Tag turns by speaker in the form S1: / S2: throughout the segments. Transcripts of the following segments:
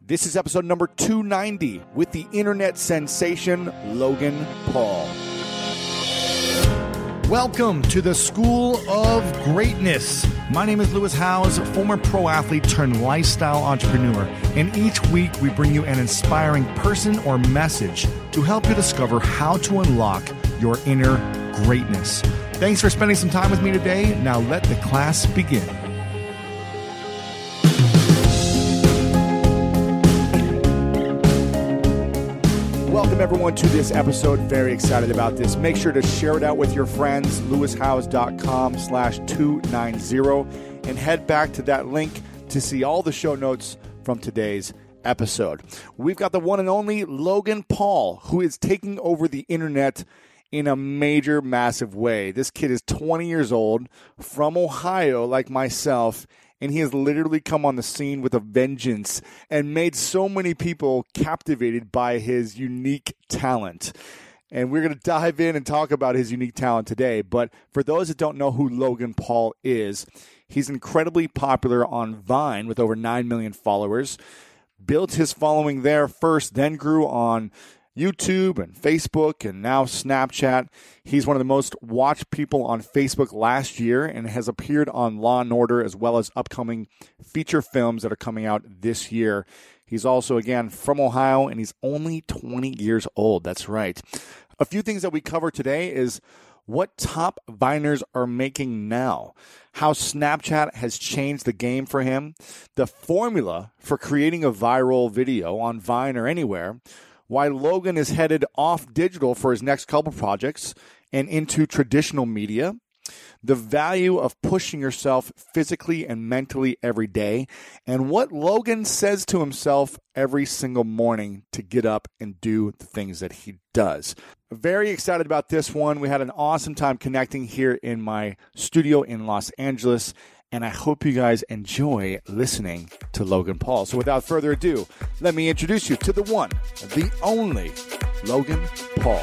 S1: This is episode number 290 with the internet sensation Logan Paul.
S2: Welcome to the School of Greatness. My name is Lewis Howes, former pro athlete turned lifestyle entrepreneur. And each week we bring you an inspiring person or message to help you discover how to unlock your inner greatness. Thanks for spending some time with me today. Now let the class begin.
S1: Welcome everyone to this episode. Very excited about this. Make sure to share it out with your friends. LewisHouse.com slash 290 and head back to that link to see all the show notes from today's episode. We've got the one and only Logan Paul, who is taking over the internet in a major, massive way. This kid is 20 years old from Ohio, like myself, and he has literally come on the scene with a vengeance and made so many people captivated by his unique talent. And we're going to dive in and talk about his unique talent today. But for those that don't know who Logan Paul is, he's incredibly popular on Vine with over 9 million followers built his following there first, then grew on YouTube and Facebook and now Snapchat. He's one of the most watched people on Facebook last year and has appeared on Law and Order as well as upcoming feature films that are coming out this year. He's also, again, from Ohio and he's only 20 years old. That's right. A few things that we cover today is what top Viners are making now, how Snapchat has changed the game for him, the formula for creating a viral video on Vine or anywhere, why Logan is headed off digital for his next couple projects and into traditional media, the value of pushing yourself physically and mentally every day, and what Logan says to himself every single morning to get up and do the things that he does. Very excited about this one. We had an awesome time connecting here in my studio in Los Angeles, and I hope you guys enjoy listening to Logan Paul. So, without further ado, let me introduce you to the one, the only Logan Paul.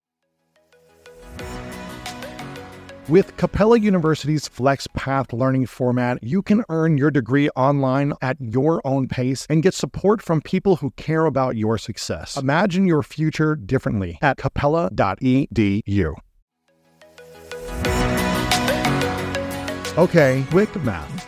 S2: With Capella University's Flex Path learning format, you can earn your degree online at your own pace and get support from people who care about your success. Imagine your future differently at E capella.edu. Okay, quick math.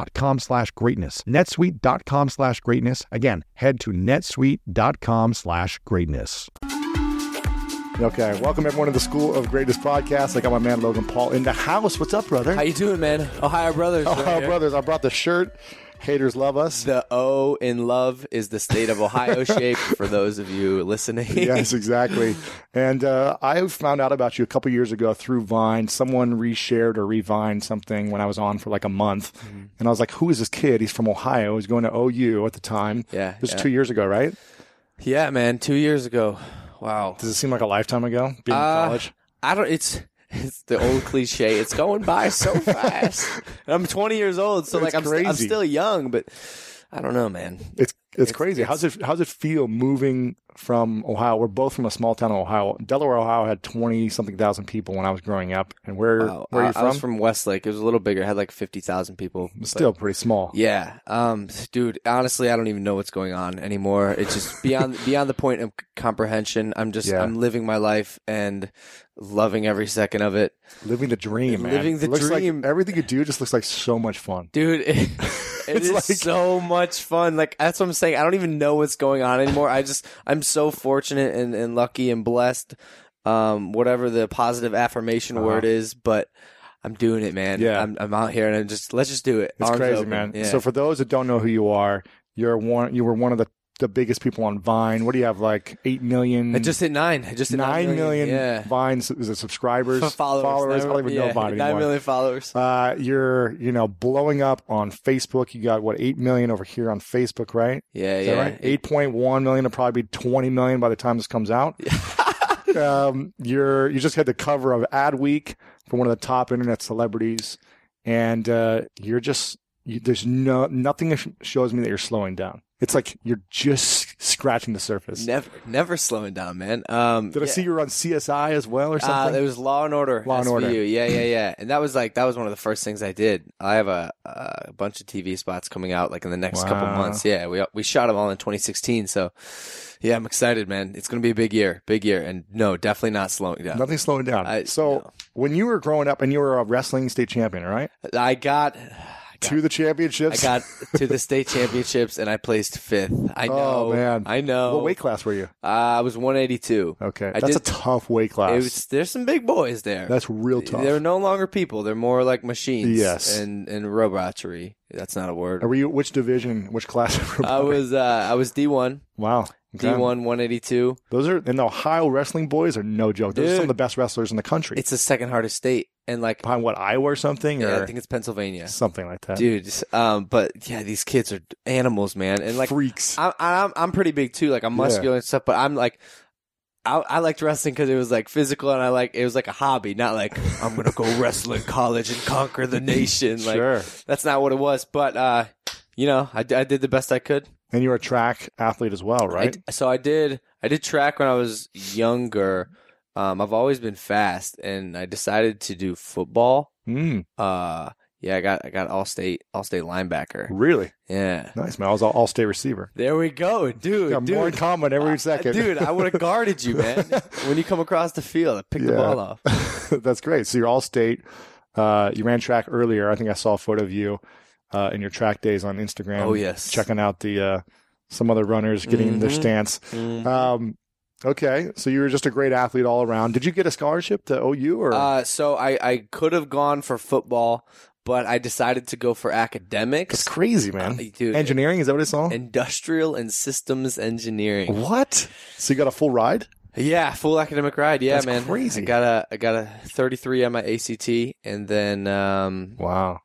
S2: slash greatness. netsuite.com slash greatness. Again, head to netsuite.com slash greatness.
S1: Okay, welcome everyone to the School of Greatest Podcast. I got my man Logan Paul in the house. What's up, brother?
S3: How you doing, man? Ohio brothers. right
S1: Ohio
S3: here.
S1: uh, brothers, I brought the shirt. Haters love us.
S3: The O in love is the state of Ohio shape for those of you listening.
S1: yes, exactly. And uh, I found out about you a couple years ago through Vine. Someone reshared or revined something when I was on for like a month,
S3: Mm-hmm.
S1: and I was like, "Who is this kid? He's from Ohio. He's going to OU at the time.
S3: Yeah,
S1: this was
S3: yeah.
S1: two years ago, right?
S3: Yeah, man. Two years ago. Wow.
S1: Does it seem like a lifetime ago? Being
S3: Uh,
S1: in college.
S3: I don't. It's it's the old cliche. It's going by so fast. And I'm 20 years old, so
S1: It's
S3: like I'm st- I'm
S1: crazy.
S3: still young, but I don't know, man.
S1: It's it's
S3: It's-
S1: crazy.
S3: it's-
S1: how's it how's it feel moving from Ohio? We're both from a small town in Ohio. Delaware, Ohio had twenty something thousand people when I was growing up. And where
S3: Wow.
S1: where are
S3: I,
S1: you
S3: I
S1: from?
S3: was from Westlake. It was a little bigger. It had like fifty thousand people. but-
S1: Still pretty small.
S3: Yeah, um, dude. Honestly, I don't even know what's going on anymore. It's just beyond beyond the point of comprehension. I'm just
S1: Yeah.
S3: I'm living my life and loving every second of it,
S1: Living the dream, man.
S3: Living the
S1: It looks like
S3: dream.
S1: everything you do just looks like so much fun.
S3: dude. It,
S1: It's
S3: it's
S1: like-
S3: so much fun. Like that's what I'm saying. I don't even know what's going on anymore. I just I'm so fortunate and, and lucky and blessed. Um, whatever the positive affirmation
S1: Uh-huh.
S3: word is, but. I'm doing it, man.
S1: Yeah.
S3: I'm, I'm out here and I'm just let's just do it.
S1: It's
S3: Arms
S1: crazy,
S3: open.
S1: man.
S3: Yeah.
S1: So for those that don't know who you are, you're one. You were one of the the biggest people on Vine. What do you have? Like eight million.
S3: I just hit nine. I just hit
S1: nine million
S3: Yeah.
S1: Vine s- is it subscribers,
S3: followers.
S1: followers. I
S3: Nine-
S1: don't even know
S3: yeah,
S1: about it
S3: Nine
S1: anymore.
S3: million followers.
S1: Uh, you're you know blowing up on Facebook. You got what eight million over here on Facebook, right?
S3: Yeah,
S1: Is
S3: yeah.
S1: that right? Eight point one million. It'll probably be twenty million by the time this comes out. um, you're you just had the cover of Adweek for one of the top internet celebrities, and uh, you're just you, there's no nothing sh- shows me that you're slowing down. It's like you're just scratching the surface.
S3: Never, never slowing down, man. Um,
S1: Did I
S3: yeah.
S1: see you were on CSI as well or
S3: Uh,
S1: something?
S3: there was Law and Order.
S1: Law and
S3: SVU.
S1: Order.
S3: Yeah, yeah, yeah. And that was like that was one of the first things I did. I have a, a bunch of TV spots coming out like in the next couple
S1: Wow.
S3: months. Yeah, we we shot them all in 2016. So, yeah, I'm excited, man. It's gonna be a big year, big year. And no, definitely not slowing down.
S1: Nothing slowing down.
S3: I-
S1: so
S3: no.
S1: when you were growing up and you were a wrestling state champion, right?
S3: I got.
S1: To the
S3: I
S1: championships.
S3: got to the state championships and I placed fifth. I know,
S1: Oh, man.
S3: I know.
S1: What weight class were you?
S3: Uh, I was 182.
S1: Okay,
S3: I
S1: that's
S3: did-
S1: a tough weight class.
S3: It was, there's some big boys there.
S1: that's real tough.
S3: They're no longer people. They're more like machines.
S1: Yes.
S3: And and robotry. That's not a word.
S1: And Were you which division, which class? were you
S3: I
S1: in?
S3: was uh, I was D one.
S1: wow.
S3: D
S1: Okay.
S3: one one eighty two.
S1: Those are and the Ohio wrestling boys are no joke. Those are some of
S3: Dude.
S1: the best wrestlers in the country.
S3: It's the second hardest state. And like
S1: behind what Iowa or something
S3: yeah,
S1: or
S3: I think it's Pennsylvania.
S1: something like that.
S3: Dude. Um but yeah, these kids are animals, man. And like
S1: freaks.
S3: I'm I'm I'm pretty big too. Like I'm muscular and stuff, but I'm like I, I liked wrestling because it was like physical and I like it was like a hobby, not like I'm gonna go wrestle in college and conquer the nation. Like
S1: sure.
S3: that's not what it was, but uh, you know, I, d- I did the best I could.
S1: And you're a track athlete as well,
S3: I
S1: right?
S3: d- so I did. I did track when I was younger. Um, I've always been fast, and I decided to do football.
S1: Mm,
S3: Uh, yeah, I got I got all state all state linebacker.
S1: really
S3: Yeah,
S1: nice, man. I was all, all state receiver.
S3: there we go, dude.
S1: Yeah,
S3: dude.
S1: more in common every second,
S3: Dude, I would have guarded you, man. when you come across the field, I pick
S1: Yeah.
S3: the ball off.
S1: That's great. So you're all state. Uh, you ran track earlier. I think I saw a photo of you uh, in your track days on Instagram.
S3: Oh yes,
S1: checking out the uh, some other runners getting their
S3: Mhm.
S1: stance.
S3: Mm.
S1: Um, okay, so you were just a great athlete all around. Did you get a scholarship to OU or
S3: Uh, so I, I could have gone for football, but I decided to go for
S1: that's
S3: academics.
S1: crazy, man?
S3: Uh, dude,
S1: Engineering is that what it's all?
S3: industrial and systems engineering.
S1: What? So you got a full ride?
S3: Yeah, full academic ride. Yeah,
S1: That's
S3: man.
S1: crazy.
S3: I got a I got a 33 on my ACT, and then um,
S1: Wow.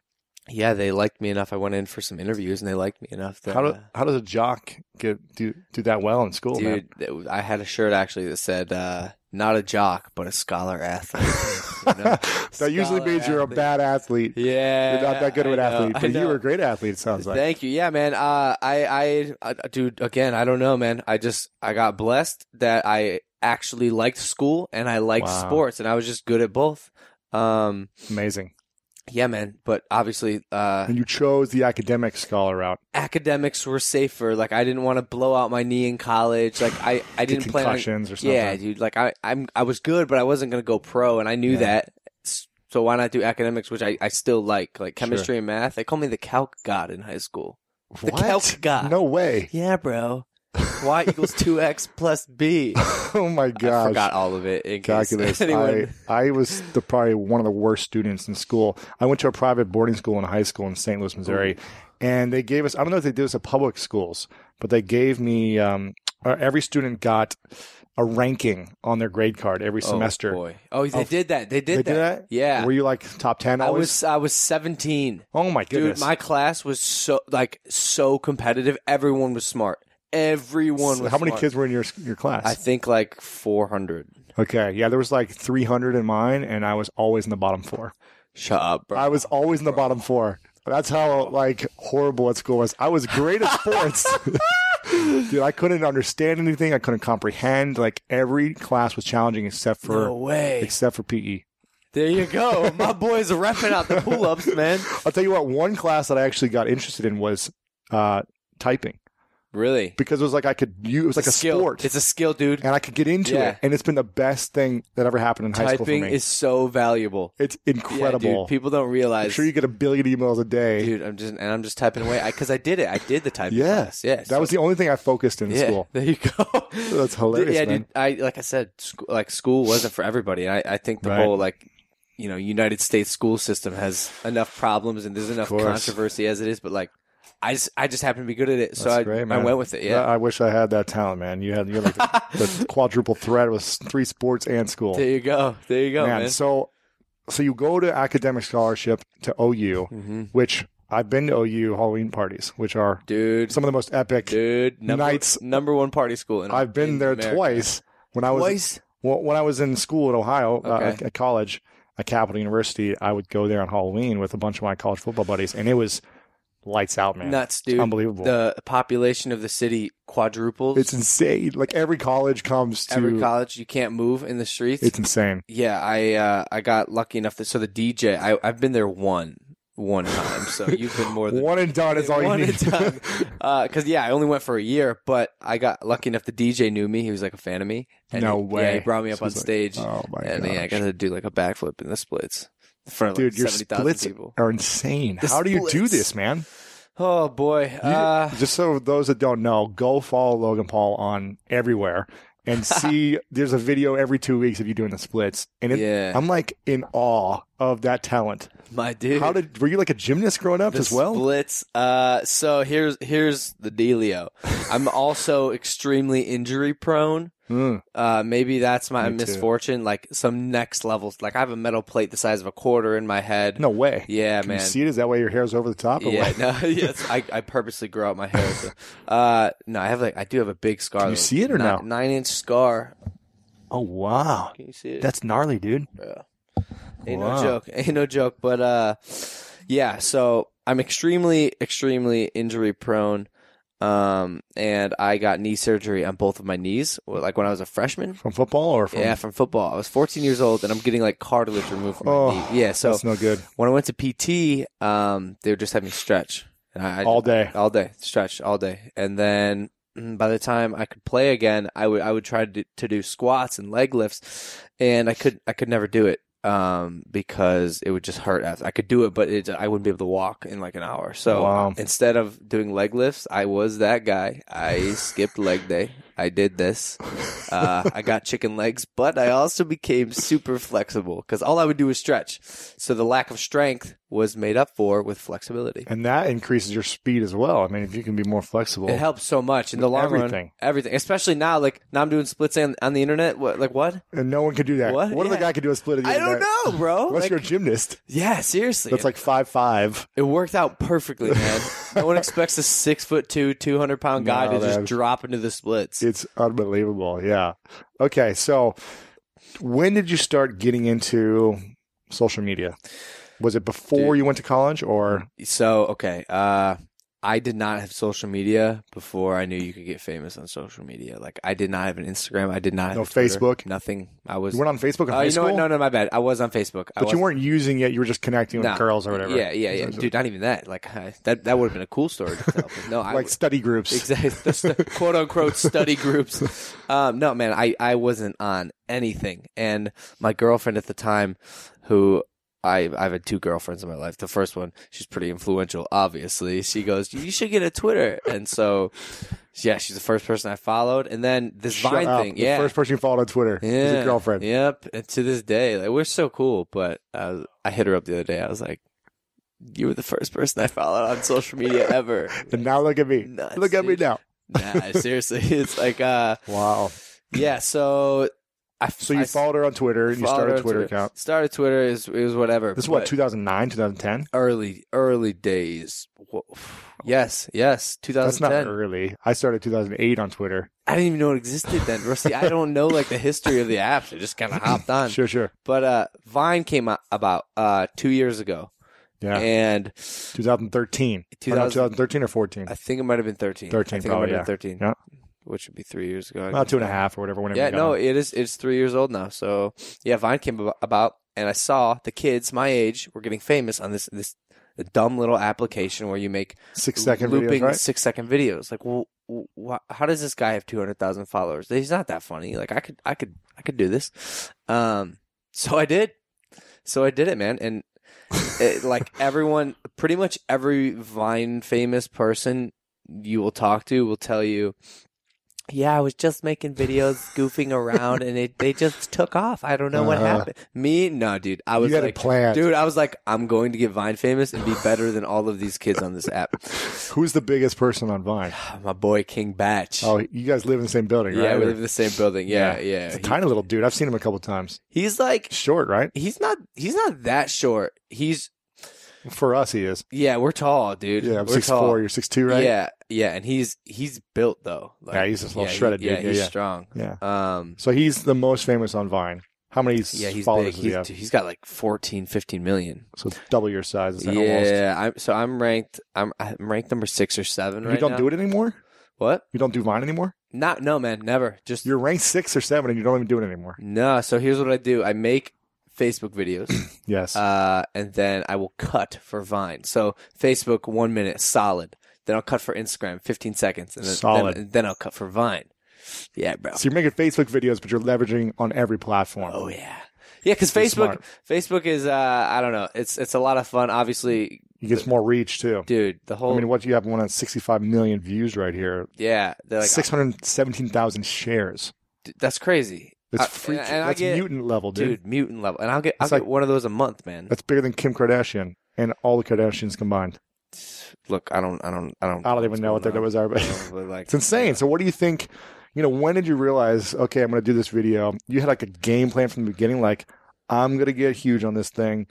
S3: yeah, they liked me enough. I went in for some interviews, and they liked me enough. That,
S1: How do
S3: uh,
S1: how does a jock get do do that well in school, man?
S3: dude, that- I had a shirt actually that said uh, "Not a jock, but a scholar athlete." You know?
S1: that usually
S3: Scholar
S1: means you're a
S3: athlete.
S1: bad athlete.
S3: Yeah,
S1: You're not that good of an
S3: I know,
S1: athlete,
S3: I
S1: but you
S3: know.
S1: were a great athlete. It sounds like.
S3: Thank you. Yeah, man. Uh, I, I, I, dude, again, I don't know, man. I just, I got blessed that I actually liked school and I liked
S1: Wow.
S3: sports and I was just good at both. Um,
S1: Amazing.
S3: yeah, man. But obviously, uh,
S1: And you chose the academic scholar route.
S3: academics were safer. Like, I didn't want to blow out my knee in college. Like, I, I
S1: Get
S3: didn't plan on,
S1: concussions or something.
S3: yeah, dude. Like, I, I'm, I was good, but I wasn't going to go pro and I knew
S1: Yeah.
S3: that. S- So why not do academics, which I, I still like, like chemistry and math? They call me the calc god in high school. The uh,
S1: what?
S3: calc god.
S1: No way.
S3: Yeah, bro. Y equals two x plus b. I
S1: Oh my gosh.
S3: forgot all of it. In case
S1: calculus.
S3: anyone-
S1: I, I was the, probably one of the worst students in school. I went to a private boarding school in high school in St. Louis, Missouri, and they gave us, I don't know if they did this at public schools, but they gave me, um, uh, every student got a ranking on their grade card every
S3: Oh,
S1: semester.
S3: boy. Oh, they did that. They
S1: They
S3: did
S1: did
S3: that.
S1: that?
S3: Yeah.
S1: Were you like top 10
S3: I
S1: always?
S3: was I was seventeen.
S1: oh my goodness.
S3: Dude, my class was so like so competitive. Everyone was smart. Everyone
S1: So
S3: was
S1: How many
S3: smart.
S1: kids were in your your class?
S3: I think like four hundred.
S1: okay, yeah, there was like 300 in mine, and I was always in the bottom four.
S3: Shut up, bro.
S1: I was always in the bottom four. That's how like horrible at school was. I was great at sports. Dude, I couldn't understand anything. I couldn't comprehend. Like every class was challenging except for
S3: No way.
S1: except for E. PE.
S3: There you go. My boys are repping out the pull ups, man.
S1: I'll tell you what. One class that I actually got interested in was uh, typing
S3: Really?
S1: because it was like I could use. It was like a
S3: skill.
S1: sport,
S3: It's a skill, dude.
S1: and I could get into
S3: Yeah.
S1: it. And it's been the best thing that ever happened in high school for
S3: Typing
S1: me.
S3: is so valuable.
S1: it's
S3: Yeah,
S1: incredible.
S3: dude, people don't
S1: I'm
S3: realize.
S1: sure you get a billion emails a day.
S3: dude, I'm just and I'm just typing away because I, did it. I did the typing.
S1: Yeah.
S3: class. yeah.
S1: that was the only thing I focused in
S3: yeah,
S1: school.
S3: There you go.
S1: That's hilarious,
S3: yeah,
S1: man.
S3: dude. I like I said, school, like school wasn't for everybody. I, I think the
S1: Right.
S3: whole like you know United States school system has enough problems and there's enough
S1: course.
S3: controversy as it is. But like, I just I just happen to be good at it, so
S1: That's
S3: I
S1: great,
S3: I
S1: man.
S3: went with it. Yeah.
S1: I wish I had that talent, man. You had you had like the, the quadruple threat with three sports and school.
S3: there you go. There you go,
S1: man,
S3: man.
S1: so so you go to academic scholarship to OU,
S3: hmm
S1: which I've been to OU Halloween parties, which are
S3: Dude,
S1: some of the most epic.
S3: dude, number,
S1: nights-
S3: number one party school. In,
S1: I've been
S3: in
S1: there
S3: America.
S1: twice when I was
S3: Twice?
S1: well, when I was in school at Ohio uh,
S3: Okay.
S1: at college at Capital University. I would go there on Halloween with a bunch of my college football buddies, and it was lights out, man.
S3: Nuts,
S1: It's
S3: dude.
S1: unbelievable.
S3: The population of the city quadruples.
S1: it's insane. Like every college comes to
S3: every college. You can't move in the streets.
S1: It's insane.
S3: yeah, I uh, I got lucky enough that so the DJ I I've been there one one time. So you've been more than
S1: One and done is all you
S3: one
S1: need.
S3: at a time. Because yeah, I only went for a year, but I got lucky enough. The DJ knew me; he was like a fan of me. And
S1: No
S3: he,
S1: way.
S3: Yeah, he brought me up
S1: So
S3: on
S1: he's like,
S3: stage,
S1: oh my
S3: and yeah, I
S1: gosh.
S3: got to do like a backflip in the splits in front of
S1: Dude,
S3: like
S1: your
S3: seventy thousand
S1: splits
S3: people.
S1: are insane.
S3: The
S1: How do you do
S3: splits.
S1: this, man?
S3: Oh boy!
S1: You-
S3: Uh,
S1: just so those that don't know, go follow Logan Paul on everywhere and see. there's a video every two weeks of you doing the splits, and it,
S3: Yeah.
S1: I'm like in awe of that talent.
S3: my dude.
S1: How did were you like a gymnast growing up
S3: the
S1: as well?
S3: Splits. Uh, so here's here's the dealio. I'm also extremely injury prone.
S1: Mm,
S3: Uh, maybe that's my
S1: Me too.
S3: misfortune. Like some next levels. Like I have a metal plate the size of a quarter in my head.
S1: no way.
S3: Yeah,
S1: Can
S3: man.
S1: you see it? Is that way your hair's over the top? Or
S3: yeah,
S1: what?
S3: no, yes, I, I purposely grow out my hair. So. Uh, no, I have like I do have a big scar.
S1: Can you
S3: though.
S1: see it or
S3: Nine-
S1: no?
S3: Nine inch scar.
S1: Oh wow,
S3: Can you see it?
S1: that's gnarly, dude.
S3: Ain't
S1: Wow.
S3: no joke. Ain't no joke. But uh, yeah. So I'm extremely, extremely injury prone. Um, and I got knee surgery on both of my knees, well, like when I was a freshman.
S1: From football or from?
S3: Yeah, from football. I was 14 years old, and I'm getting like cartilage removed from my
S1: Oh,
S3: knee. Yeah. So
S1: that's no good.
S3: when I went to PT, um, they would just have me stretch. And I, I
S1: All day.
S3: all day, stretch all day, and then mm, by the time I could play again, I would I would try to do, to do squats and leg lifts, and I could I could never do it um, because it would just hurt. After. I could do it, but it, I wouldn't be able to walk in like an hour. So
S1: Wow.
S3: instead of doing leg lifts, I was that guy. I skipped leg day. I did this. Uh, I got chicken legs, but I also became super flexible because all I would do was stretch. So the lack of strength was made up for with flexibility.
S1: And that increases your speed as well. I mean, if you can be more flexible,
S3: It helps so much in the long run.
S1: everything.
S3: Everything, especially now. Like now, I'm doing splits on, on the internet. What? Like what?
S1: and no one could do that.
S3: What?
S1: What if
S3: Yeah.
S1: the guy could do a split? At the
S3: I
S1: end of
S3: don't
S1: that?
S3: know, bro.
S1: Unless
S3: Like,
S1: you're a gymnast,
S3: yeah, seriously.
S1: that's like five five.
S3: it worked out perfectly, man. no one expects a six foot two, two hundred pound guy
S1: No,
S3: to just
S1: man.
S3: drop into the splits.
S1: It's unbelievable. Yeah. Okay. So, when did you start getting into social media? Was it before
S3: Dude.
S1: you went to college, or
S3: so okay, uh, I did not have social media before I knew you could get famous on social media. Like I did not have an Instagram. I did not have
S1: No
S3: a Twitter,
S1: Facebook?
S3: Nothing. I was.
S1: you weren't on Facebook in
S3: Uh,
S1: high
S3: you know
S1: school?
S3: what? No, no, my bad. I was on Facebook. I
S1: but you
S3: was-
S1: weren't using it. You were just connecting with
S3: Nah.
S1: girls or whatever.
S3: Yeah, yeah, yeah, dude. Not even that. Like I, that. That would have been a cool story. to tell. but No, I
S1: Like study groups.
S3: exactly the stu- quote unquote study groups. Um, no, man, I I wasn't on anything, and my girlfriend at the time, who. I, I've had two girlfriends in my life. The first one, she's pretty influential, obviously. She goes, You should get a Twitter. And so, yeah, she's the first person I followed. And then this
S1: Shut
S3: Vine
S1: up.
S3: thing.
S1: The
S3: yeah.
S1: first person you followed on Twitter
S3: Yeah.
S1: was your girlfriend.
S3: Yep. And to this day, like we're so cool. But uh, I hit her up the other day. I was like, "You were the first person I followed on social media ever."
S1: And now look at me.
S3: Nuts,
S1: look at me
S3: dude.
S1: now.
S3: nah, seriously, it's like, uh,
S1: Wow.
S3: yeah. So, I
S1: So you
S3: I
S1: followed her on Twitter and you
S3: followed
S1: started a
S3: her on
S1: Twitter, account.
S3: Started Twitter is is whatever.
S1: This is what
S3: but
S1: 2009, 2010.
S3: early early days. Whoa. Yes, yes,
S1: That's not
S3: 2010.
S1: early. I started 2008 on Twitter.
S3: I didn't even know it existed then, Rusty. I don't know like the history of the apps. I just kind of hopped on.
S1: Sure, sure.
S3: But uh, Vine came out about uh, two years ago,
S1: Yeah.
S3: and
S1: 2013. Or no,
S3: 2000
S1: 2013 or 14.
S3: I think it might have been
S1: 13,
S3: thirteen. I think
S1: probably,
S3: it might
S1: yeah.
S3: have been thirteen.
S1: Yeah.
S3: which would be three years ago. I
S1: Well,
S3: guess.
S1: two and a half or whatever. Whenever
S3: Yeah,
S1: we got
S3: no,
S1: on.
S3: it is. It's three years old now. So yeah, Vine came ab- about, and I saw the kids my age were getting famous on this this dumb little application where you make
S1: six second
S3: looping
S1: videos, right?
S3: six second videos. Like, well, wh- how does this guy have two hundred thousand followers? He's not that funny. Like, I could, I could, I could do this. Um, so I did. So I did it, man, and it, like everyone, pretty much every Vine famous person you will talk to will tell you, yeah, I was just making videos, goofing around, and it, they just took off. I don't know what
S1: Uh-huh.
S3: happened. Me, no, dude, I was
S1: you had
S3: like,
S1: a plan,
S3: dude, I was like, I'm going to get Vine famous and be better than all of these kids on this app.
S1: Who's the biggest person on Vine?
S3: My boy King Batch.
S1: Oh, you guys live in the same building, right?
S3: yeah, we
S1: Or-
S3: live in the same building. Yeah, yeah.
S1: It's a tiny little dude. I've seen him a couple times.
S3: He- he's like,
S1: Short, right?
S3: he's not, he's not that short. He's,
S1: For us, he is.
S3: yeah, we're tall, dude.
S1: Yeah, I'm
S3: We're
S1: six
S3: tall.
S1: four. You're six two, right?
S3: Yeah, yeah, and he's he's built though. Like,
S1: Yeah, he's a little shredded
S3: he- Yeah,
S1: dude. Yeah,
S3: he's
S1: yeah.
S3: strong.
S1: Yeah.
S3: Um,
S1: So he's the most famous on Vine. How many
S3: yeah, he's
S1: followers
S3: big.
S1: does he
S3: He's,
S1: have?
S3: he's got like 14, 15 million.
S1: So double your size. Is that almost?
S3: Yeah, I'm, so I'm ranked. I'm, I'm ranked number six or seven
S1: You
S3: right
S1: don't
S3: now.
S1: do it anymore.
S3: What?
S1: You don't do Vine anymore.
S3: Not no, man, never. Just
S1: You're ranked six or seven, and you don't even do it anymore.
S3: no. So here's what I do: I make Facebook videos.
S1: Yes.
S3: Uh, and then I will cut for Vine. So Facebook, one minute, solid. Then I'll cut for Instagram, 15 seconds. And then,
S1: Solid.
S3: Then, then I'll cut for Vine. Yeah, bro.
S1: so you're making Facebook videos, but you're leveraging on every platform.
S3: Oh, yeah. Yeah, because
S1: You're
S3: Facebook,
S1: smart.
S3: Facebook is, uh, I don't know. It's, it's a lot of fun. Obviously,
S1: you get more reach too.
S3: dude, the
S1: I
S3: whole,
S1: mean, what you have one on 65 million views right here,
S3: yeah, they're like, uh,
S1: 617,000 shares.
S3: "Dude, that's crazy.
S1: That's
S3: I-
S1: freak.
S3: Uh, and- and I
S1: that's
S3: get-
S1: mutant level, dude.
S3: Dude, mutant level. And I'll get, I'll
S1: It's
S3: get
S1: like-
S3: one of those a month, man.
S1: That's bigger than Kim Kardashian and all the Kardashians combined.
S3: Look, I don't, I don't, I don't,
S1: I don't even know what their
S3: what's going
S1: numbers are, but
S3: on. But, like,
S1: it's insane. So, what do you think? You know, when did you realize? Okay, I'm going to do this video. You had like a game plan from the beginning, like I'm going to get huge on this thing.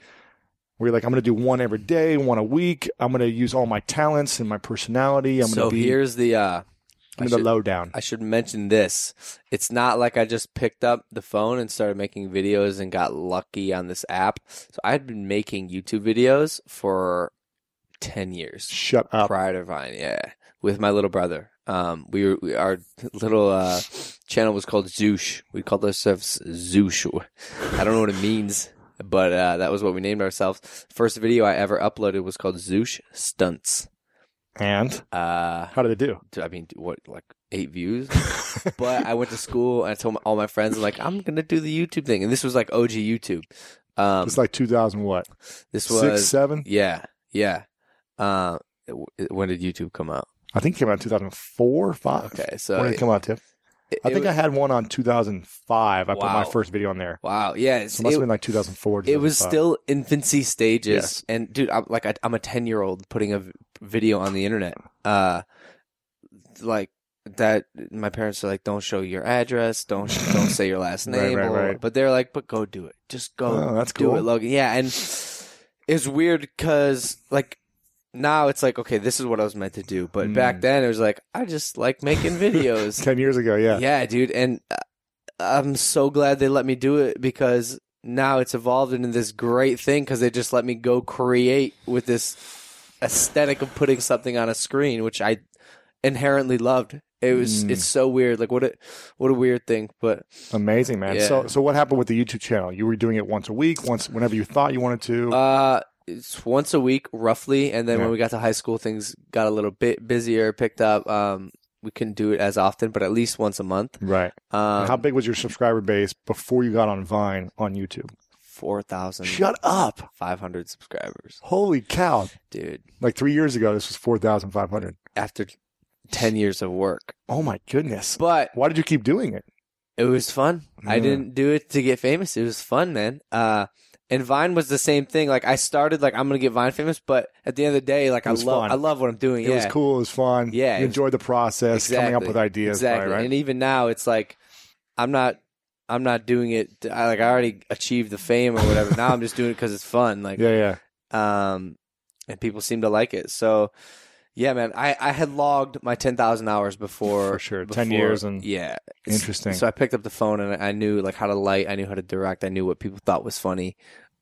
S1: Where you're like, I'm going to do one every day, one a week. I'm going to use all my talents and my personality. I'm
S3: so
S1: going to be
S3: here's the, uh, I
S1: I'm going to
S3: should-
S1: low down.
S3: I should mention this. It's not like I just picked up the phone and started making videos and got lucky on this app. So I had been making YouTube videos for 10 years
S1: Shut up.
S3: prior to Vine, yeah, with my little brother. Um, we were we, our little uh, channel was called Zoosh. We called ourselves Zoosh. I don't know what it means, but uh, that was what we named ourselves. First video I ever uploaded was called Zoosh Stunts.
S1: And
S3: Uh,
S1: how did it do?
S3: I mean, what, like eight views? but I went to school and I told my, all my friends, I'm like, I'm gonna do the YouTube thing, and this was like OG YouTube. Um,
S1: It's like 2000 what?
S3: this was
S1: Six, seven?
S3: yeah, yeah. Uh, w- when did YouTube come out?
S1: I think it came out in 2004, five.
S3: Okay, so
S1: when did it come out, Tiff?
S3: it-
S1: I
S3: it
S1: think
S3: was-
S1: I had one on 2005. I put my
S3: Wow.
S1: first video on there.
S3: wow, yeah, it's,
S1: So it must
S3: it,
S1: have been like 2004.
S3: it was
S1: 2005.
S3: still infancy stages,
S1: Yes.
S3: and dude, I'm like, I, I'm a ten year old putting a v- video on the internet. Uh, like that, my parents are like, don't show your address, don't don't say your last
S1: Right,
S3: name,
S1: right,
S3: or-
S1: right.
S3: but they're like, but go do it, just go.
S1: Oh, that's
S3: do
S1: cool.
S3: it, Logan. Yeah, and it's weird because like now it's like okay, this is what I was meant to do, but
S1: Mm.
S3: back then it was like I just like making videos.
S1: 10 years ago, yeah.
S3: yeah. dude, and uh, I'm so glad they let me do it because now it's evolved into this great thing because they just let me go create with this aesthetic of putting something on a screen, which I inherently loved. It was
S1: Mm. Um,
S3: it's so weird. Like what a what a weird thing, but
S1: Amazing, man.
S3: Yeah.
S1: So, so what happened with the YouTube channel? You were doing it once a week, once whenever you thought you wanted to.
S3: Uh, it's once a week roughly, and then
S1: Yeah.
S3: when we got to high school, things got a little bit busier, picked up. Um, we couldn't do it as often, but at least once a month.
S1: right.
S3: Um,
S1: How big was your subscriber base before you got on Vine on YouTube?
S3: four thousand
S1: Shut up.
S3: five hundred subscribers,
S1: Holy cow.
S3: dude.
S1: Like three years ago, this was 4,500.
S3: After ten years of work,
S1: Oh my goodness.
S3: but
S1: Why did you keep doing it?
S3: It was fun. I
S1: Yeah.
S3: didn't do it to get famous. It was fun, man. Uh, and Vine was the same thing. Like I started, like I'm gonna get Vine famous, but at the end of the day, like
S1: It
S3: I
S1: was
S3: love,
S1: fun.
S3: I love what I'm doing.
S1: It
S3: yeah.
S1: was cool. It was fun.
S3: Yeah,
S1: You
S3: it was-
S1: enjoyed the process, coming up with ideas. probably,
S3: Exactly.
S1: right?
S3: And even now, it's like I'm not, I'm not doing it. to- I, like I already achieved the fame or whatever. now I'm just doing it because it's fun. Like,
S1: yeah, yeah.
S3: um, and people seem to like it. So, yeah, man, I I had logged my ten thousand hours before
S1: For sure. 10
S3: before-
S1: years and-
S3: yeah,
S1: Interesting.
S3: So I picked up the phone and I knew like how to light, I knew how to direct, I knew what people thought was funny.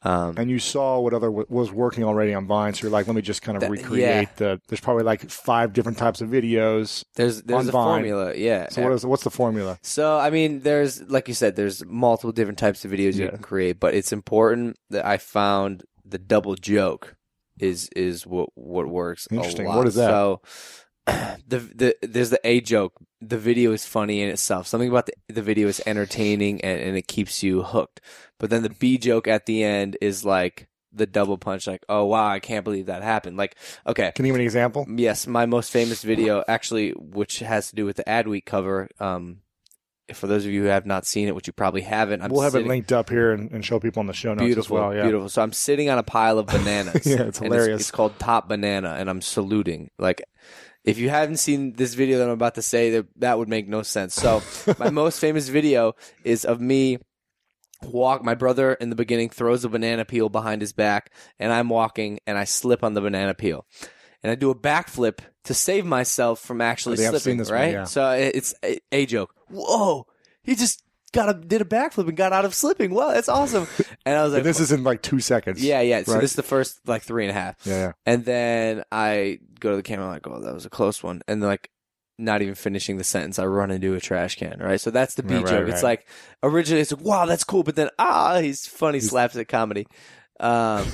S3: Um,
S1: and you saw what other w- was working already on Vine, so you're like, let me just kind of
S3: That-
S1: recreate the. There's probably like five different types of videos.
S3: there's there's
S1: on
S3: a
S1: Vine.
S3: formula, yeah.
S1: So what is what's the formula?
S3: So I mean, there's like you said, there's multiple different types of videos you
S1: Yeah.
S3: can create, but it's important that I found the double joke is is what what works. a
S1: Interesting.
S3: lot.
S1: What is that?
S3: So the the there's the a joke. The video is funny in itself. Something about the the video is entertaining and, and it keeps you hooked. But then the b joke at the end is like the double punch. Like, oh wow, I can't believe that happened. Like, okay,
S1: Can you give me an example?
S3: Yes, my most famous video, actually, which has to do with the Adweek cover. Um, for those of you who have not seen it, which you probably haven't, I'm
S1: we'll have
S3: sitting-
S1: it linked up here and, and show people on the show notes
S3: Beautiful,
S1: as well. Yeah.
S3: beautiful. So I'm sitting on a pile of bananas.
S1: Yeah, it's
S3: and
S1: hilarious.
S3: It's, called Top Banana, and I'm saluting. Like, if you haven't seen this video that I'm about to say, that that would make no sense. So my most famous video is of me walk my brother in the beginning throws a banana peel behind his back and i'm walking and i slip on the banana peel and i do a backflip to save myself from actually
S1: I think I've
S3: slipping
S1: Oh, seen this one,
S3: right
S1: yeah.
S3: so it- it's a, a joke whoa he just got a did a backflip and got out of slipping wow that's awesome and i was
S1: But
S3: like
S1: this is in like two seconds.
S3: yeah yeah so
S1: right.
S3: this is the first like three and a half
S1: Yeah. yeah.
S3: and then I go to the camera, like, oh, that was a close one. And like, not even finishing the sentence, I run into a trash can, right? So that's the B
S1: Right, right,
S3: joke. It's
S1: right.
S3: like, originally it's like, wow, that's cool. But then, ah, he's funny, slaps at comedy. Um,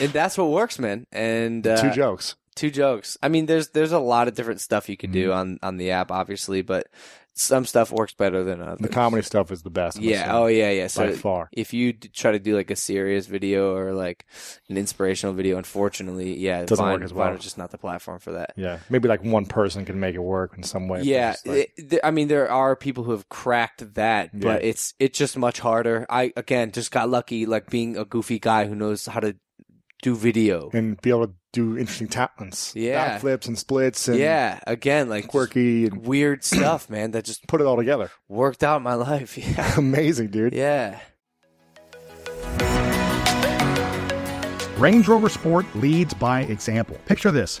S3: and that's what works, man. And uh,
S1: two jokes.
S3: two jokes. I mean, there's there's a lot of different stuff you can
S1: Mm-hmm.
S3: do on, on the app, obviously, but some stuff works better than others.
S1: The comedy stuff is the best. I'm
S3: Yeah.
S1: assuming,
S3: Oh, yeah, yeah.
S1: by
S3: So
S1: far.
S3: if you d- try to do like a serious video or like an inspirational video, unfortunately, yeah,
S1: Doesn't
S3: Vine,
S1: work as well.
S3: Vine is just not the platform for that.
S1: Yeah. Maybe like one person can make it work in some way. but
S3: Yeah,
S1: just, like-
S3: it- th- I mean there are people who have cracked that, but it's it's just much harder. I again just got lucky, like being a goofy guy who knows how to do video.
S1: and be able to do interesting talents.
S3: Yeah.
S1: Backflips and splits and
S3: Yeah, again, like
S1: quirky and
S3: weird stuff, man. That just
S1: put it all together.
S3: worked out in my life. Yeah,
S1: Amazing, dude.
S3: yeah.
S2: Range Rover Sport leads by example. Picture this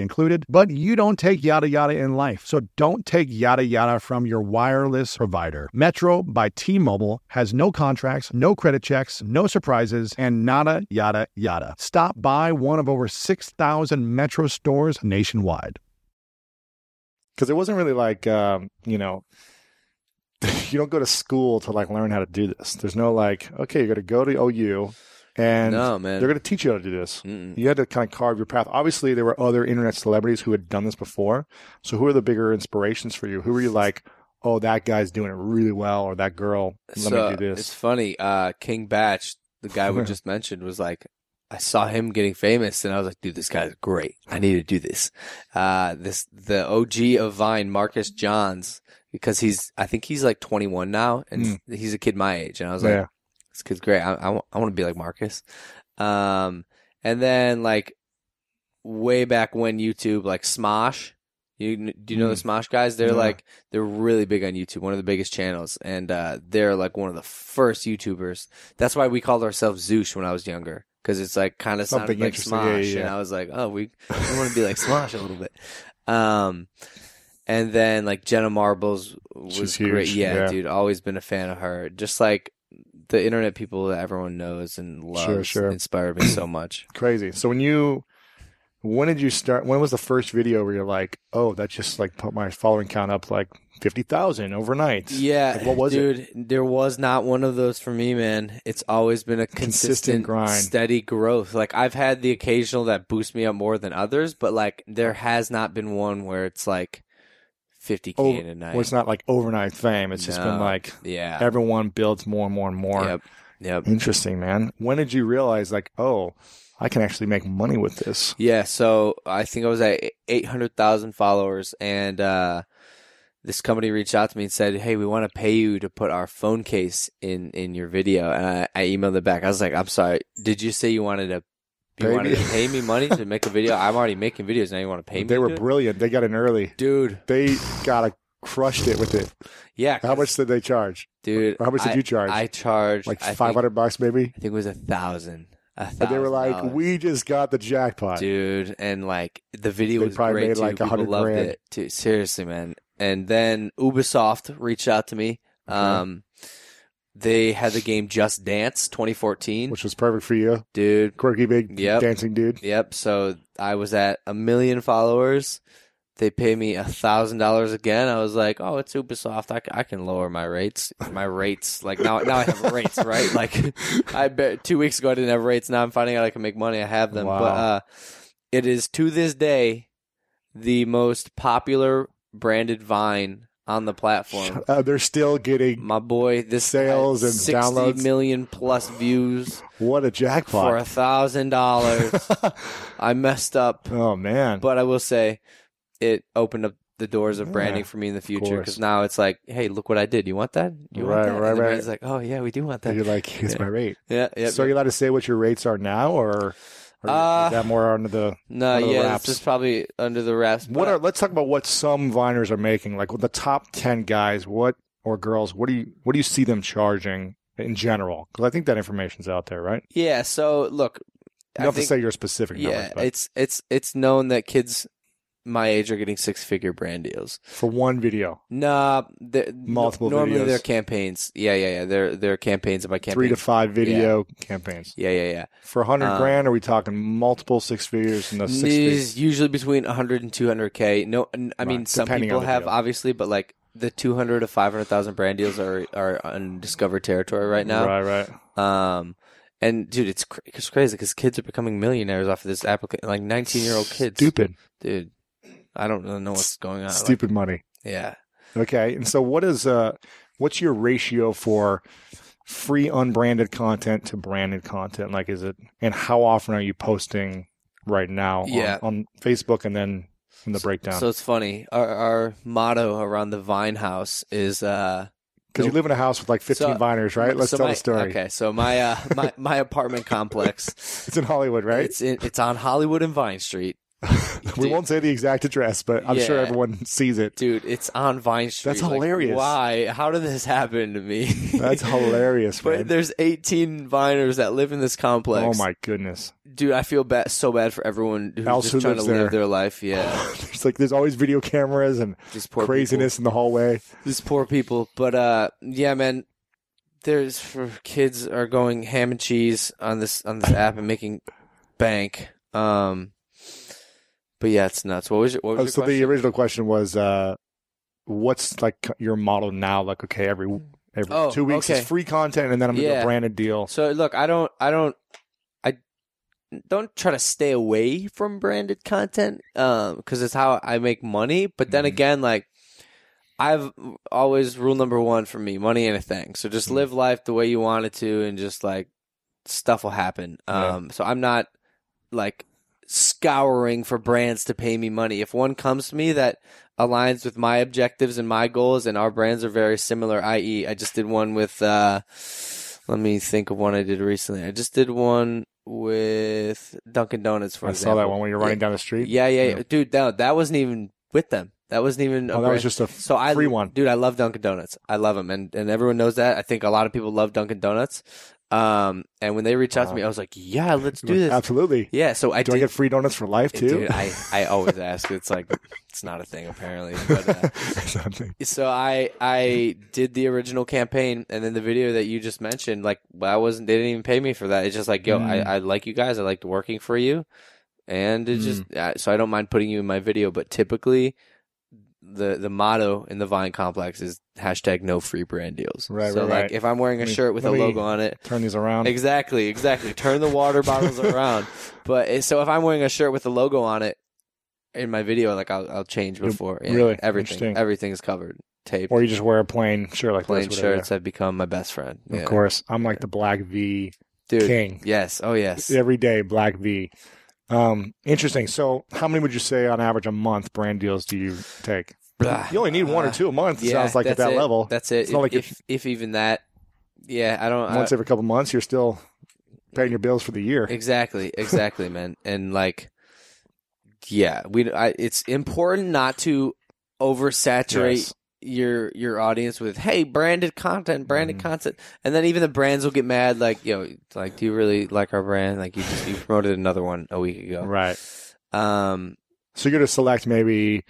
S2: included, but you don't take yada yada in life. So don't take yada yada from your wireless provider. Metro by T Mobile has no contracts, no credit checks, no surprises, and nada yada yada. Stop by one of over 6,000 Metro stores nationwide.
S1: Because it wasn't really like, um, you know, you don't go to school to like learn how to do this. There's no like, okay, you're going to go to OU And
S3: No, man.
S1: they're going to teach you how to do this.
S3: Mm-mm.
S1: You had to kind of carve your path. Obviously, there were other internet celebrities who had done this before. So, who are the bigger inspirations for you? Who are you like, oh, that guy's doing it really well, or that girl, let
S3: So,
S1: me do
S3: It's
S1: this?
S3: funny. Uh, King Batch, the guy we just mentioned, was like, I saw him getting famous, and I was like, dude, this guy's great. I need to do this. Uh, this the OG of Vine, Marcus Johns, because he's I think he's like 21 now, and
S1: Mm.
S3: he's a kid my age, and I was like,
S1: Yeah.
S3: this kid's great. I, I, want to be like Marcus. Um, and then like way back when YouTube, like Smosh, you kn- do you know the
S1: Hmm.
S3: Smosh guys? They're
S1: Yeah.
S3: like they're really big on YouTube, one of the biggest channels, and uh, they're like one of the first YouTubers. That's why we called ourselves Zoosh when I was younger. Because it's like kind of
S1: Something
S3: sounded like
S1: interesting.
S3: Smosh,
S1: Yeah, yeah,
S3: and
S1: yeah.
S3: I was like, "Oh, we, we want to be like Smosh a little bit." Um, and then like Jenna Marbles was
S1: She's
S3: great.
S1: huge,
S3: Yeah,
S1: yeah.
S3: dude, always been a fan of her. Just like the internet people that everyone knows and loves
S1: sure.
S3: inspired me so much.
S1: Crazy. So, when you. When did you start? When was the first video where you're like, "Oh, that just like put my following count up like fifty thousand overnight"?
S3: Yeah,
S1: Like, what was
S3: dude? There was not one of those for me, man. It's always been a consistent,
S1: Consistent grind.
S3: steady growth. Like I've had the occasional that boosts me up more than others, but like there has not been one where it's like fifty k
S1: Oh,
S3: in a night.
S1: Well, it's not like overnight fame. It's just been
S3: No.
S1: like
S3: yeah,
S1: everyone builds more and more and more.
S3: yep, yep.
S1: Interesting, man. When did you realize, like, oh, I can actually make money with this?
S3: Yeah, so I think I was at 800,000 followers, and uh, this company reached out to me and said, "Hey, we want to pay you to put our phone case in in your video." And I, I emailed it back. I was like, "I'm sorry, did you say you wanted to you
S1: Pay
S3: wanted
S1: me?"
S3: to pay me money to make a video? I'm already making videos now. You want to pay me?"
S1: They
S3: to
S1: were
S3: do it?"
S1: brilliant. They got in early.
S3: dude.
S1: They got a crushed it with it.
S3: Yeah,
S1: How much did they charge?
S3: dude?
S1: Or how much did
S3: I-
S1: you charge?
S3: I charged
S1: like
S3: I think-
S1: five hundred bucks, maybe.
S3: I think it was a thousand. A
S1: But they were
S3: thousand
S1: like,
S3: dollars.
S1: we just got the jackpot.
S3: dude. And like the video
S1: They
S3: was
S1: probably
S3: great
S1: made,
S3: too.
S1: like, a
S3: People
S1: hundred
S3: loved
S1: grand.
S3: it too. Seriously, man. And then Ubisoft reached out to me.
S1: Mm-hmm.
S3: Um, they had the game Just Dance 2014,
S1: Which was perfect for you,
S3: dude.
S1: quirky big
S3: Yep.
S1: dancing dude.
S3: Yep. So I was at a million followers. They pay me a thousand dollars again. I was like, "Oh, it's Ubisoft. I, c- I can lower my rates. My rates, like now, now I have rates, right? Like, I bet two weeks ago I didn't have rates. Now I'm finding out I can make money. I have them, but
S1: Wow.
S3: uh, it is to this day the most popular branded Vine on the platform.
S1: Uh, they're still getting
S3: My boy, this
S1: Sales
S3: had
S1: and
S3: 60
S1: downloads.
S3: million plus views
S1: what a
S3: for a
S1: jackpot.
S3: thousand dollars. I messed up
S1: oh man,
S3: but I will say it opened up the doors of branding
S1: Yeah,
S3: for me in the future
S1: course.
S3: because now it's like, hey, look what I did. You want that? You
S1: Right,
S3: want that?
S1: right,
S3: and the
S1: right.
S3: brand's like, oh yeah, we do want
S1: you're
S3: that.
S1: like, here's my rate.
S3: Yeah, yeah.
S1: so are you allowed to say what your rates are now, or, or
S3: Uh,
S1: is that more under the
S3: no,
S1: under the
S3: yeah,
S1: wraps.
S3: this is probably under the wraps.
S1: what
S3: but-
S1: are? Let's talk about what some viners are making. Like with the top ten guys, what or girls? What do you what do you see them charging in general? Because I think that information's out there, right?
S3: yeah. So look,
S1: You
S3: I
S1: don't have
S3: think-
S1: to say your specific
S3: yeah,
S1: numbers, but
S3: it's it's it's known that kids my age are getting six figure brand deals.
S1: for one video,
S3: Nah, they're-
S1: Multiple
S3: Normally,
S1: videos.
S3: they're campaigns. Yeah, yeah, yeah. They're they're campaigns. And by campaigns,
S1: three to five video campaigns
S3: yeah, yeah, yeah.
S1: for a hundred
S3: Uh,
S1: grand. Are we talking multiple six figures in the six? figures?
S3: is usually between 100 and 200k. No, n- I mean
S1: Right,
S3: some
S1: depending
S3: people
S1: on the
S3: have
S1: deal.
S3: obviously, but like the 200 to 500,000 brand deals are are undiscovered territory right now.
S1: Right, right.
S3: Um, and dude, it's cr- it's crazy because kids are becoming millionaires off of this application. Like 19 year old kids,
S1: Stupid,
S3: dude. I don't really know what's going on. Like,
S1: stupid money.
S3: yeah.
S1: Okay, and so what is uh, what's your ratio for free unbranded content to branded content? Like, is it and how often are you posting right now? on-
S3: Yeah.
S1: on, Facebook and then in the breakdown
S3: So it's funny. Our our motto around the Vine House is uh
S1: because you live in a house with like 15
S3: So-
S1: viners, right? Let's
S3: so
S1: tell
S3: my-
S1: the story.
S3: Okay, so my uh my, my apartment complex
S1: It's in Hollywood, right?
S3: It's in, it's on Hollywood and Vine Street,
S1: we
S3: dude.
S1: won't say the exact address, but I'm sure
S3: Yeah.
S1: everyone sees it.
S3: dude. It's on Vine Street.
S1: That's
S3: Like,
S1: hilarious.
S3: why? How did this happen to me?
S1: That's hilarious,
S3: but
S1: man.
S3: there's 18 viners that live in this complex.
S1: Oh my goodness!
S3: dude, I feel bad, so bad for everyone who's
S1: Else who
S3: just trying to
S1: lives there.
S3: live their life. Yeah,
S1: It's like there's always video cameras and
S3: these poor
S1: craziness in the hallway.
S3: People. These poor people. But uh, yeah, man. There's for kids are going ham and cheese on this on this app and making bank. Um, but yeah, it's nuts. What was your, what was
S1: Oh,
S3: your
S1: so
S3: question?
S1: the original question was, uh, what's like c- your model now? Like, okay, every every
S3: Oh,
S1: two weeks
S3: okay.
S1: is free content, and then I'm gonna do a
S3: Yeah.
S1: branded deal.
S3: So look, I don't, I don't, don't try to stay away from branded content because it's how I make money. But then
S1: Mhm.
S3: again, like I've always rule number one for me: money ain't a thing. So just live life the way you want it to, and just like stuff will happen.
S1: Yeah.
S3: Um, so I'm not like scouring for brands to pay me money. If one comes to me that aligns with my objectives and my goals, and our brands are very similar, i.e., I just did one with. Uh, let me think of one I did recently. I just did one with Dunkin' Donuts for
S1: I
S3: example.
S1: saw that one when you're running down the street.
S3: Yeah, yeah,
S1: Yeah.
S3: yeah. dude. No, that wasn't even with them. That wasn't even. a
S1: Oh, that was
S3: brand-
S1: just a
S3: so I
S1: free one.
S3: dude. I love Dunkin' Donuts. I love them, and and everyone knows that. I think a lot of people love Dunkin' Donuts. Um, and when they reached out
S1: Wow.
S3: to me, I was like, yeah, let's do this.
S1: Absolutely.
S3: Yeah, so I
S1: Do
S3: did.
S1: I get free donuts for life too?
S3: Dude, I, I always ask. It's like it's not a thing apparently. But, uh,
S1: Something.
S3: so I I did the original campaign and then the video that you just mentioned, like I wasn't they didn't even pay me for that. It's just like, yo, I,
S1: Mm.
S3: I like you guys, I liked working for you. And it just
S1: Mm.
S3: uh, so I don't mind putting you in my video, but typically the the motto in the Vine complex is hashtag no free brand deals.
S1: Right,
S3: So
S1: right,
S3: like
S1: right.
S3: if I'm wearing a
S1: Let me-
S3: shirt with a
S1: let me-
S3: logo on it,
S1: Turn these around.
S3: Exactly, exactly. Turn the water bottles around. But it- so if I'm wearing a shirt with a logo on it in my video, like I'll, I'll change
S1: Yep.
S3: before. Yeah,
S1: Really? Interesting.
S3: everything everything's covered. Tape,
S1: Or you just wear a plain shirt like
S3: plain
S1: this. whatever.
S3: shirts have become my best friend.
S1: Of
S3: Yeah.
S1: course. I'm like the black V
S3: dude.
S1: king.
S3: Yes. Oh yes.
S1: Every day, black V. Um, interesting. So, how many would you say on average a month brand deals do you take?
S3: Blah.
S1: You only need one or
S3: Uh,
S1: two a month. It
S3: Yeah,
S1: sounds like at
S3: that's
S1: that
S3: it.
S1: level.
S3: That's it.
S1: It's not
S3: If,
S1: like you're-
S3: if, if even that. Yeah, I don't. I-
S1: Once every couple months, you're still paying your bills for the year.
S3: Exactly, exactly, man. And like, yeah, we. I, it's important not to oversaturate
S1: Yes.
S3: your your audience with hey branded content branded
S1: Mhm.
S3: content and then even the brands will get mad like yo like do you really like our brand like you just you promoted another one a week ago
S1: Right.
S3: um
S1: So you're going to select maybe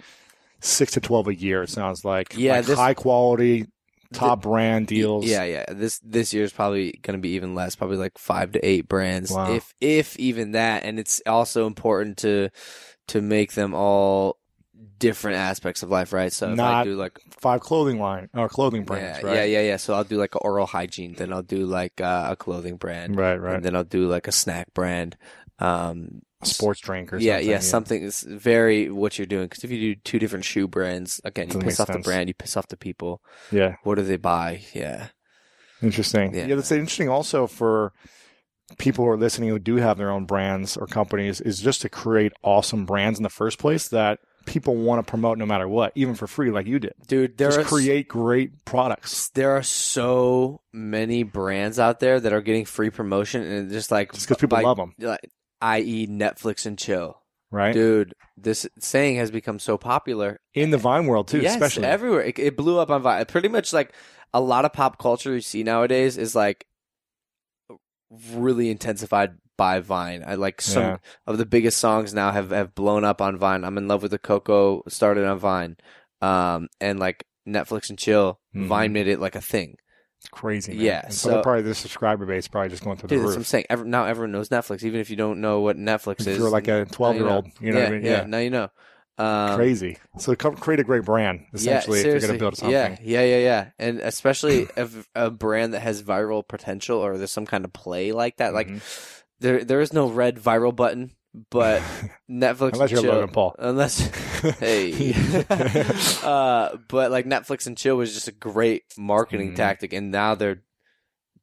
S1: six to twelve a year. It sounds like
S3: Yeah,
S1: Like
S3: this-
S1: high quality, top brand deals.
S3: yeah yeah this this year's probably gonna be even less probably like five to eight brands
S1: Wow.
S3: if if even that and it's also important to to make them all different aspects of life right so if
S1: Not
S3: I do like
S1: five clothing line or clothing brands.
S3: yeah,
S1: right.
S3: yeah yeah yeah so I'll do like oral hygiene then I'll do like uh, a clothing brand
S1: Right. Right.
S3: and then I'll do like a snack brand. Um,
S1: A sports drink or
S3: yeah,
S1: something.
S3: yeah, something is very what you're doing because if you do two different shoe brands, again, you
S1: Doesn't
S3: piss
S1: make
S3: off the
S1: sense.
S3: brand, you piss off the people.
S1: Yeah.
S3: What do they buy? Yeah,
S1: Interesting. Yeah.
S3: Yeah.
S1: that's interesting also for people who are listening who do have their own brands or companies is just to create awesome brands in the first place that people want to promote no matter what, even for free, like you did.
S3: dude, there
S1: just
S3: are
S1: create great products.
S3: there are so many brands out there that are getting free promotion and just like
S1: Just because people
S3: by-
S1: love 'em. love them,
S3: like, i.e. Netflix and chill,
S1: right?
S3: dude. This saying has become so popular,
S1: In the Vine world too,
S3: yes,
S1: especially.
S3: everywhere. It, it blew up on Vine. Pretty much like a lot of pop culture you see nowadays is like really intensified by Vine. I like some
S1: Yeah.
S3: of the biggest songs now have have blown up on Vine. I'm in love with the Coco started on Vine, um, and like Netflix and chill.
S1: Mhm.
S3: Vine made it like a thing.
S1: it's crazy. Man.
S3: Yeah,
S1: And so, they're
S3: so-
S1: probably their subscriber base is probably just going through
S3: Dude,
S1: the
S3: that's what I'm
S1: roof.
S3: saying. Every, now everyone knows Netflix, even if you don't know what Netflix
S1: If
S3: is.
S1: you're like a twelve year old, you know
S3: yeah,
S1: what I mean?
S3: yeah, Now you know. Um,
S1: crazy. So come, create a great brand, essentially, if you're going to
S3: seriously.
S1: build something.
S3: Yeah, yeah, yeah, yeah. And especially if a brand that has viral potential or there's some kind of play like that. Like
S1: Mm-hmm.
S3: there there is no red viral button, but Netflix
S1: Unless you're
S3: and chill,
S1: Logan Paul.
S3: Unless hey. uh but like Netflix and chill was just a great marketing
S1: Mhm.
S3: tactic and now they're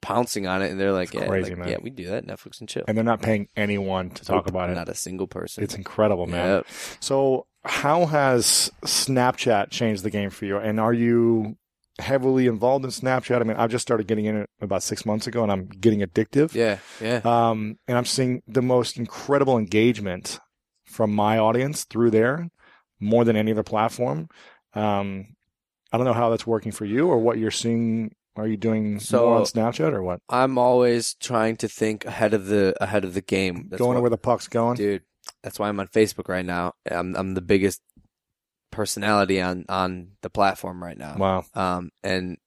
S3: pouncing on it and they're like,
S1: It's
S3: yeah,
S1: crazy,
S3: like,
S1: man.
S3: yeah, we do that, Netflix and chill.
S1: and they're not paying anyone to talk
S3: Nope,
S1: about it.
S3: Not a single person.
S1: It's incredible, man.
S3: Yep.
S1: So, how has Snapchat changed the game for you? And are you heavily involved in Snapchat? I mean, I've just started getting in it about six months ago, and I'm getting addictive.
S3: Yeah, yeah.
S1: Um, and I'm seeing the most incredible engagement from my audience through there, more than any other platform. Um, I don't know how that's working for you or what you're seeing. Are you doing
S3: So-
S1: more on Snapchat or what?
S3: I'm always trying to think ahead of the ahead of the game. That's
S1: going
S3: why-
S1: to where the puck's going.
S3: dude. That's why I'm on Facebook right now. I'm I'm the biggest personality on on the platform right now.
S1: Wow.
S3: Um, and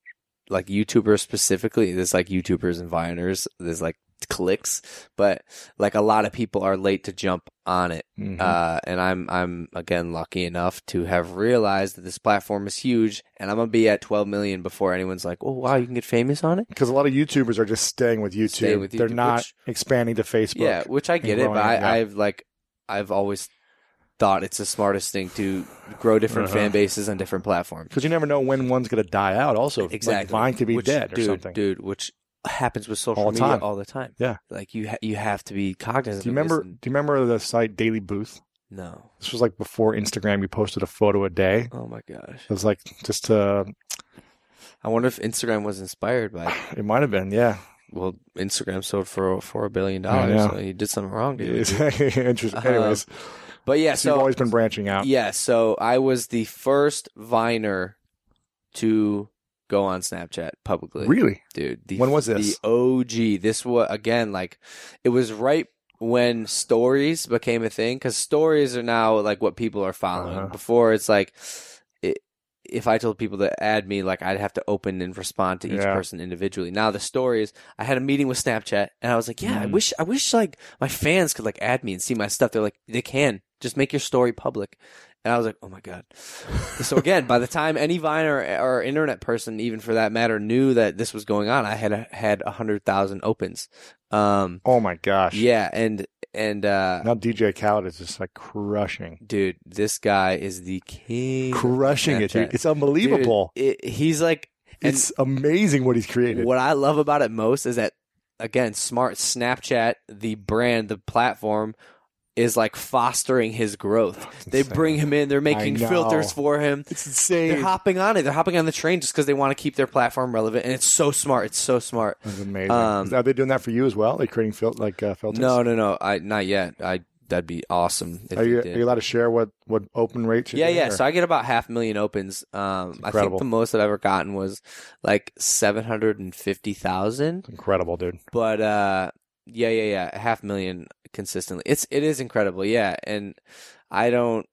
S3: like YouTubers specifically, there's like YouTubers and Viners. There's like clicks, but like a lot of people are late to jump on it.
S1: Mhm.
S3: Uh, and I'm I'm again lucky enough to have realized that this platform is huge, and I'm gonna be at 12 million before anyone's like, "Oh wow, you can get famous on it."
S1: because a lot of YouTubers are just staying with YouTube.
S3: Stay with
S1: They're
S3: YouTube,
S1: not
S3: which-
S1: expanding to Facebook.
S3: Yeah, which I get it,
S1: growing
S3: but
S1: it, yeah.
S3: I, I've like I've always thought it's the smartest thing to grow different
S1: Uh-huh.
S3: fan bases on different platforms.
S1: Because you never know when one's going to die out. Also, Like,
S3: Exactly.
S1: Vine could be
S3: Which-
S1: dead or
S3: dude,
S1: something.
S3: Dude, which happens with social
S1: All the
S3: media
S1: time.
S3: all the time.
S1: Yeah.
S3: Like you ha- you have to be cognizant
S1: Do you
S3: of this
S1: remember?
S3: and-
S1: Do you remember the site Daily Booth?
S3: No.
S1: This was like before Instagram. You posted a photo a day.
S3: Oh my gosh.
S1: It was like just uh,
S3: I wonder if Instagram was inspired by
S1: it might have been yeah.
S3: well, Instagram sold for for a billion
S1: I
S3: dollars.
S1: know.
S3: So you did something wrong, dude.
S1: Interesting.
S3: Uh-huh.
S1: Anyways,
S3: But yeah,
S1: so you've
S3: so
S1: always been branching out.
S3: yeah, so I was the first Viner to go on Snapchat publicly.
S1: Really?
S3: dude. The,
S1: When was this?
S3: The OG. This was again like it was right when stories became a thing because stories are now like what people are following.
S1: Uh-huh.
S3: Before it's like. it- If I told people to add me, like I'd have to open and respond to each
S1: Yeah.
S3: person individually. Now the stories, I had a meeting with Snapchat, and I was like, "Yeah, I
S1: Mm.
S3: wish, I wish like my fans could like add me and see my stuff." They're like, "They can just make your story public," and I was like, "Oh my god!" so again, by the time any Vine or, or internet person, even for that matter, knew that this was going on, I had uh, had a hundred thousand opens. Um,
S1: Oh my gosh.
S3: yeah, and and uh,
S1: Now DJ Khaled is just like crushing,
S3: dude, this guy is the king.
S1: crushing it, dude.
S3: Snapchat.
S1: It's unbelievable.
S3: Dude, it- he's like, and
S1: it's amazing what he's created.
S3: what I love about it most is that again, smart Snapchat, the brand, the platform. Is like fostering his growth. They
S1: insane.
S3: bring him in. They're making
S1: know.
S3: filters for him.
S1: It's insane.
S3: They're hopping on it. They're hopping on the train just because they want to keep their platform relevant, and it's so smart. It's so smart.
S1: That's amazing.
S3: Um,
S1: Are they doing that for you as well? Like creating fil- like uh, filters?
S3: No, no, no. I not yet. I that'd be awesome. If
S1: Are you,
S3: you
S1: are
S3: did.
S1: you allowed to share what what open rates? you're
S3: yeah,
S1: doing,
S3: yeah.
S1: or-
S3: So I get about half a million opens. Um, I
S1: incredible.
S3: think the most I've ever gotten was like seven hundred and fifty thousand.
S1: incredible, dude.
S3: But uh, yeah, yeah, yeah. a Half million consistently. It's it is incredible. Yeah, and I don't.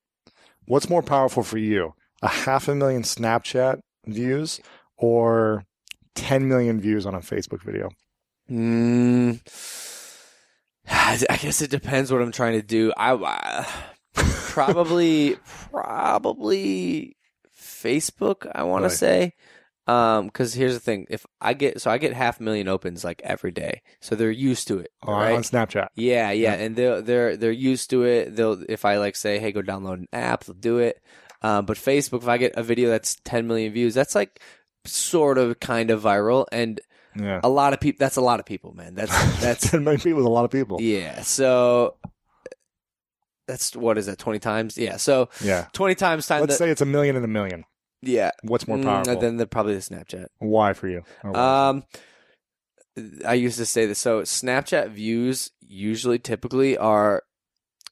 S1: What's more powerful for you? A half a million Snapchat views or 10 million views on a Facebook video?
S3: Mm, I guess it depends what I'm trying to do. I, I probably probably Facebook. I want
S1: Right.
S3: to say um because here's the thing if i get so i get half a million opens like every day so they're used to it
S1: On,
S3: right
S1: on Snapchat.
S3: yeah,
S1: Yeah.
S3: yeah, and they're they're they're used to it. They'll if I like say, hey, go download an app, they'll do it. Um, but Facebook, if I get a video that's 10 million views, that's like sort of kind of viral, and
S1: Yeah.
S3: a lot of people. That's a lot of people, man. That's Oh, that's
S1: 10 million people is a lot of people.
S3: yeah. So that's what is that? 20 times? Yeah. So
S1: Yeah.
S3: 20 times times
S1: Let's
S3: the,
S1: say it's a million and a million.
S3: yeah.
S1: What's more
S3: Mm,
S1: powerful?
S3: than the probably the Snapchat.
S1: Why for you? Or why?
S3: Um, I used to say this. So Snapchat views usually, typically, are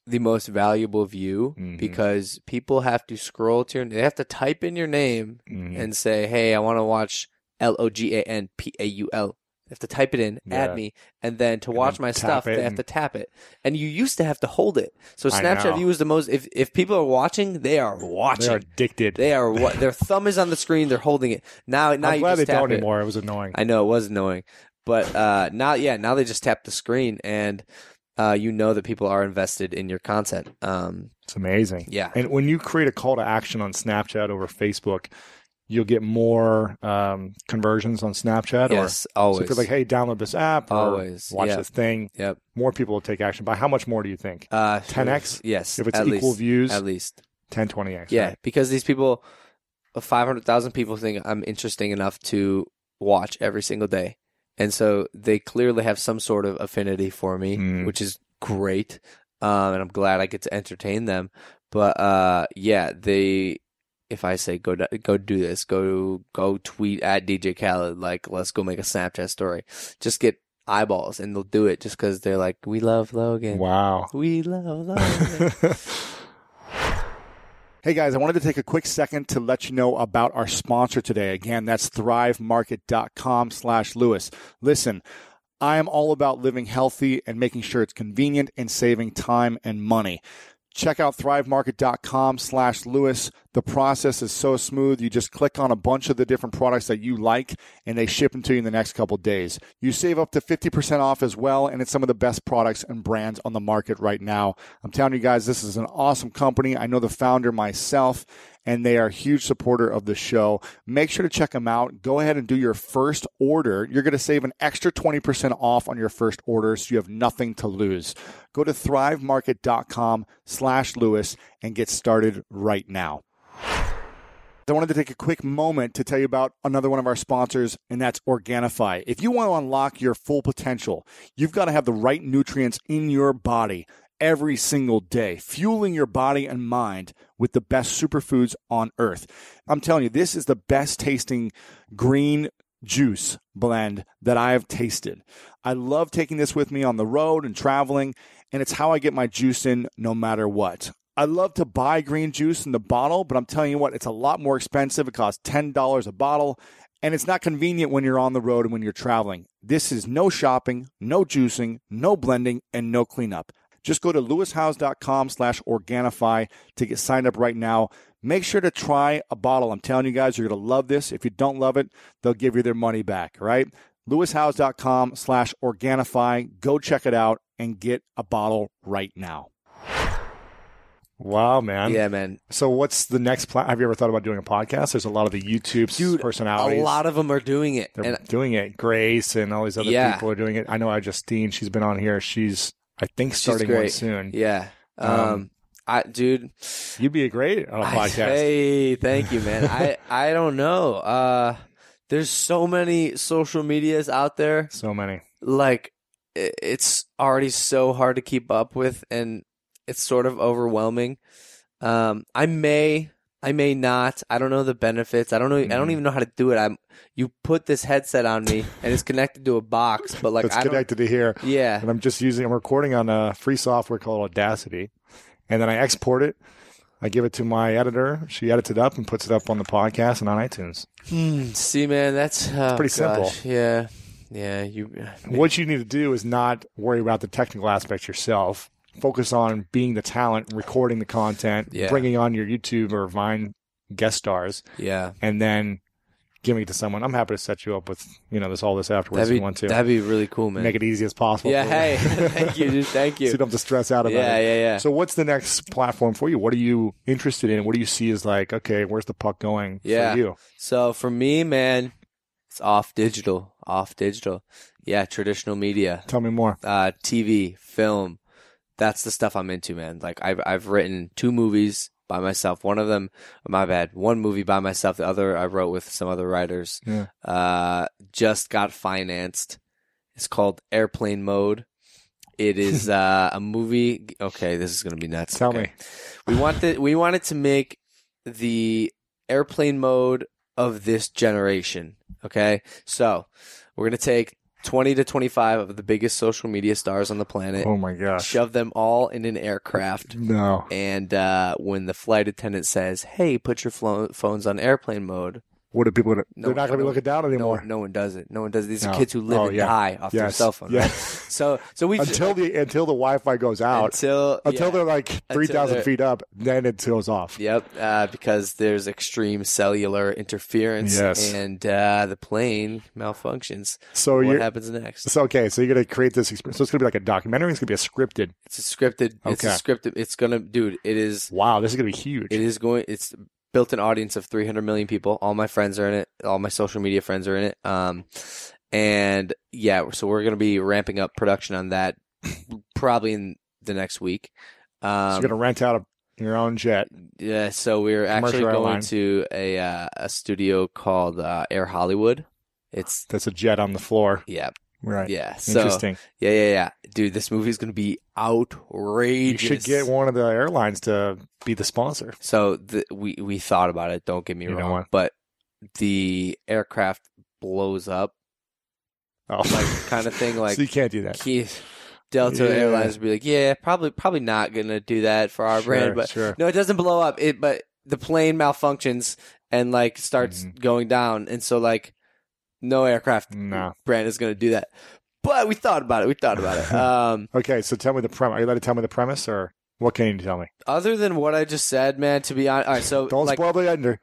S3: the most valuable view
S1: Mhm.
S3: because people have to scroll to your. They have to type in your name
S1: Mhm.
S3: and say, "Hey, I want to watch L O G A N P A U L." They have to type it in,
S1: Yeah.
S3: add me, and then to
S1: And
S3: watch
S1: then
S3: my
S1: tap
S3: stuff,
S1: it
S3: they have
S1: and-
S3: to tap it. And you used to have to hold it. So
S1: I know.
S3: Snapchat view is the most. If if people are watching, they are
S1: they are
S3: watching.
S1: addicted.
S3: They are what their thumb is on the screen. They're holding it now. Now
S1: I'm
S3: you
S1: glad
S3: just
S1: they
S3: tap
S1: don't
S3: it.
S1: anymore. It was annoying.
S3: I know it was annoying, but uh, now yeah, now they just tap the screen and uh, you know that people are invested in your content. Um,
S1: It's amazing.
S3: yeah,
S1: And when you create a call to action on Snapchat over Facebook, you'll get more um, conversions on Snapchat.
S3: yes,
S1: or so
S3: always.
S1: if you're like, hey, download this app or
S3: Always,
S1: watch
S3: yeah.
S1: this thing,
S3: yep.
S1: more people will take action. By how much more do you think?
S3: Uh,
S1: 10x?
S3: Yes,
S1: If it's
S3: at
S1: equal
S3: least,
S1: views,
S3: at least.
S1: 10, 20x.
S3: Yeah,
S1: right?
S3: because these people, five hundred thousand people think I'm interesting enough to watch every single day, and so they clearly have some sort of affinity for me,
S1: Mm.
S3: which is great, um, and I'm glad I get to entertain them. But uh, yeah, they. If I say go do- go do this, go go tweet at DJ Khaled, like let's go make a Snapchat story, just get eyeballs, and they'll do it just because they're like, we love Logan,
S1: Wow.
S3: we love Logan.
S1: Hey guys, I wanted to take a quick second to let you know about our sponsor today. Again, that's thrivemarket.com slash Lewis. Listen, I am all about living healthy and making sure it's convenient and saving time and money. Check out thrivemarket.com slash Lewis. The process is so smooth. You just click on a bunch of the different products that you like and they ship them to you in the next couple days. You save up to 50% off as well, and it's some of the best products and brands on the market right now. I'm telling you guys, this is an awesome company. I know the founder myself and they are a huge supporter of the show. Make sure to check them out. Go ahead and do your first order. You're going to save an extra 20% off on your first order, so you have nothing to lose. Go to thrivemarket.com slash Lewis and get started right now. I wanted to take a quick moment to tell you about another one of our sponsors, and that's Organifi. If you want to unlock your full potential, you've got to have the right nutrients in your body every single day, fueling your body and mind with the best superfoods on earth. I'm telling you, this is the best tasting green juice blend that I have tasted. I love taking this with me on the road and traveling, and it's how I get my juice in no matter what. I love to buy green juice in the bottle, but I'm telling you what, it's a lot more expensive. It costs $10 a bottle, and it's not convenient when you're on the road and when you're traveling. This is no shopping, no juicing, no blending, and no cleanup just go to lewishouse.com slash organifi to get signed up right now make sure to try a bottle i'm telling you guys you're going to love this if you don't love it they'll give you their money back right lewishouse.com slash organifi go check it out and get a bottle right now
S2: Wow, man.
S3: Yeah, man.
S2: So, what's the next plan? Have you ever thought about doing a podcast? There's a lot of the YouTube's
S3: Dude,
S2: personalities.
S3: A lot of them are doing it.
S2: They're
S3: and
S2: doing it. Grace and all these other
S3: Yeah.
S2: people are doing it. I know I Justine, she's been on here. She's, I think, starting one
S3: great.
S2: soon.
S3: yeah. Um,
S2: Mm-hmm. Um,
S3: I dude,
S2: You'd be a great on a
S3: I-
S2: podcast.
S3: hey, thank you, man. I I don't know. Uh there's so many social medias out there.
S2: So many.
S3: Like i- it's already so hard to keep up with and it's sort of overwhelming. Um I may I may not. I don't know the benefits. I don't know I don't
S2: Mhm.
S3: even know how to do it. I'm you put this headset on me and it's connected to a box, but like
S2: That's
S3: I don't
S2: connected to here.
S3: Yeah.
S2: And I'm just using, I'm recording on a free software called Audacity. And then I export it. I give it to my editor. She edits it up and puts it up on the podcast and on iTunes.
S3: Hmm, see man, that's oh,
S2: Mm. pretty simple.
S3: gosh, Yeah. Yeah, you
S2: What you need to do is not worry about the technical aspects yourself. Focus on being the talent, recording the content,
S3: Yeah.
S2: bringing on your YouTube or Vine guest stars,
S3: yeah.
S2: and then giving it to someone. I'm happy to set you up with you know this all this afterwards
S3: that'd
S2: if
S3: be,
S2: you want to
S3: That'd be really cool, man.
S2: make it easy as possible.
S3: yeah,
S2: for
S3: hey, thank you, dude. Thank
S2: so you
S3: you.
S2: don't have to stress out about
S3: Yeah,
S2: it.
S3: yeah, yeah.
S2: So what's the next platform for you? What are you interested in? What do you see as like, okay, where's the puck going
S3: Yeah.
S2: for you?
S3: So for me, man, it's off digital, off digital. Yeah, traditional media,
S2: Tell me more.
S3: uh, TV, film. That's the stuff I'm into, man. Like I've I've written two movies by myself. One of them, my bad, one movie by myself. The other I wrote with some other writers.
S2: Yeah.
S3: Uh, just got financed. It's called Airplane Mode. It is uh, a movie. Okay, this is gonna be nuts.
S2: Tell
S3: Okay.
S2: me.
S3: We want the, we wanted to make the airplane mode of this generation. Okay, so we're gonna take twenty to twenty five of the biggest social media stars on the planet,
S2: Oh my gosh.
S3: shove them all in an aircraft,
S2: No.
S3: and uh, when the flight attendant says, "Hey, put your flo- phones on airplane mode,"
S2: What do people?
S3: No,
S2: they're not going to be
S3: no,
S2: looking down
S3: no,
S2: anymore.
S3: no one does it. No one does it. These
S2: No.
S3: are kids who live
S2: Oh,
S3: and
S2: yeah.
S3: die off their
S2: Yes.
S3: cell phone.
S2: Yeah.
S3: right? So, so we
S2: until the until the Wi-Fi goes out.
S3: until
S2: Until
S3: yeah.
S2: they're like
S3: Until
S2: three thousand
S3: they're-
S2: feet up, then it goes off.
S3: Yep, uh, because there's extreme cellular interference,
S2: Yes.
S3: and uh, the plane malfunctions.
S2: So
S3: what
S2: you're
S3: happens next?
S2: so okay. So you're gonna create this experience. So it's gonna be like a documentary. It's gonna be a scripted.
S3: It's a scripted. It's a
S2: Okay.
S3: scripted. It's gonna, dude. It is.
S2: Wow, this is gonna be huge.
S3: It is going. It's built an audience of 300 million people. All my friends are in it. All my social media friends are in it. Um, and yeah, so we're gonna be ramping up production on that, probably in the next week.
S2: so
S3: Um,
S2: you're gonna rent out a, your own jet.
S3: Yeah, so we're actually
S2: Commercial
S3: going
S2: airline.
S3: to a uh, a studio called uh, Air Hollywood. It's
S2: That's a jet on the floor.
S3: yeah,
S2: Right.
S3: yeah. So
S2: Interesting.
S3: yeah, yeah, yeah, dude. This movie's gonna be
S2: you
S3: outrageous.
S2: should get one of the airlines to be the sponsor.
S3: So the, we we thought about it. Don't get me
S2: You know
S3: wrong,
S2: what?
S3: but the aircraft blows up,
S2: Oh,
S3: like kind of thing. Like
S2: so you can't do that.
S3: Keith Delta
S2: Yeah.
S3: Airlines would be like, yeah, probably probably not gonna do that for our
S2: Sure,
S3: brand, but
S2: sure.
S3: No, it doesn't blow up. It but the plane malfunctions and like starts
S2: Mhm.
S3: going down, and so like no aircraft
S2: No.
S3: brand is going to do that. But we thought about it. We thought about it. Um,
S2: Okay, so tell me the premise. Are you allowed to tell me the premise, or
S1: What can you tell me?
S3: Other than what I just said, man, to be honest, all right, so
S1: Don't
S3: like,
S1: spoil the ender.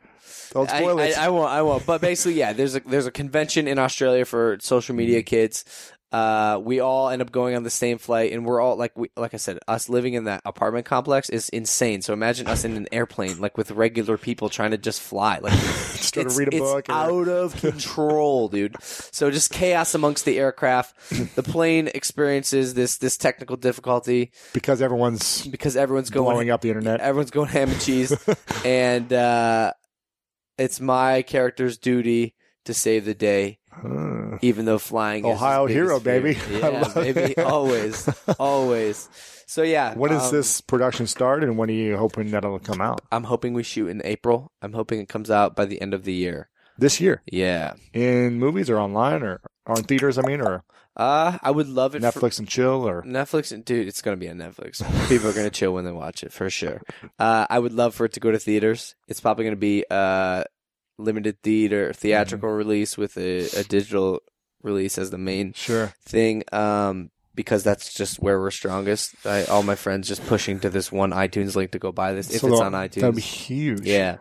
S1: Don't
S3: I,
S1: spoil it.
S3: I, I won't. I won't. But basically, yeah, there's a there's a convention in Australia for social
S1: Mm-hmm.
S3: media kids. Uh, we all end up going on the same flight, and we're all like, we, like I said, us living in that apartment complex is insane. So imagine us in an airplane, like with regular people trying to just fly, like
S1: Just go to
S3: it's-
S1: read a
S3: it's
S1: book or-
S3: out of control, dude. So just chaos amongst the aircraft. The plane experiences this this technical difficulty
S1: because everyone's
S3: because everyone's going
S1: blowing up the internet.
S3: Everyone's going ham and cheese, and uh, it's my character's duty to save the day,
S2: Hmm.
S1: Huh.
S3: even though flying. is his
S1: Ohio
S3: biggest
S1: hero,
S3: fear.
S1: baby. I
S3: Yeah,
S1: love
S3: baby,
S1: it.
S3: always, always. So yeah,
S1: When does
S3: um,
S1: this production start, and when are you hoping that'll come out?
S3: I'm hoping we shoot in April. I'm hoping it comes out by the end of the year.
S1: This year,
S3: Yeah,
S1: in movies or online or, or in theaters? I mean, or
S3: uh, I would love it. for-
S1: Netflix and chill, or
S3: Netflix, dude, it's gonna be on Netflix. People are gonna chill when they watch it for sure. Uh, I would love for it to go to theaters. It's probably gonna be uh, limited theater
S1: Mm-hmm.
S3: theatrical release with a, a digital release as the main
S1: sure.
S3: thing. Um, because that's just where we're strongest. I, all my friends just pushing to this one iTunes link to go buy this if it's on
S1: that'd be
S3: iTunes.
S1: huge.
S3: Yeah,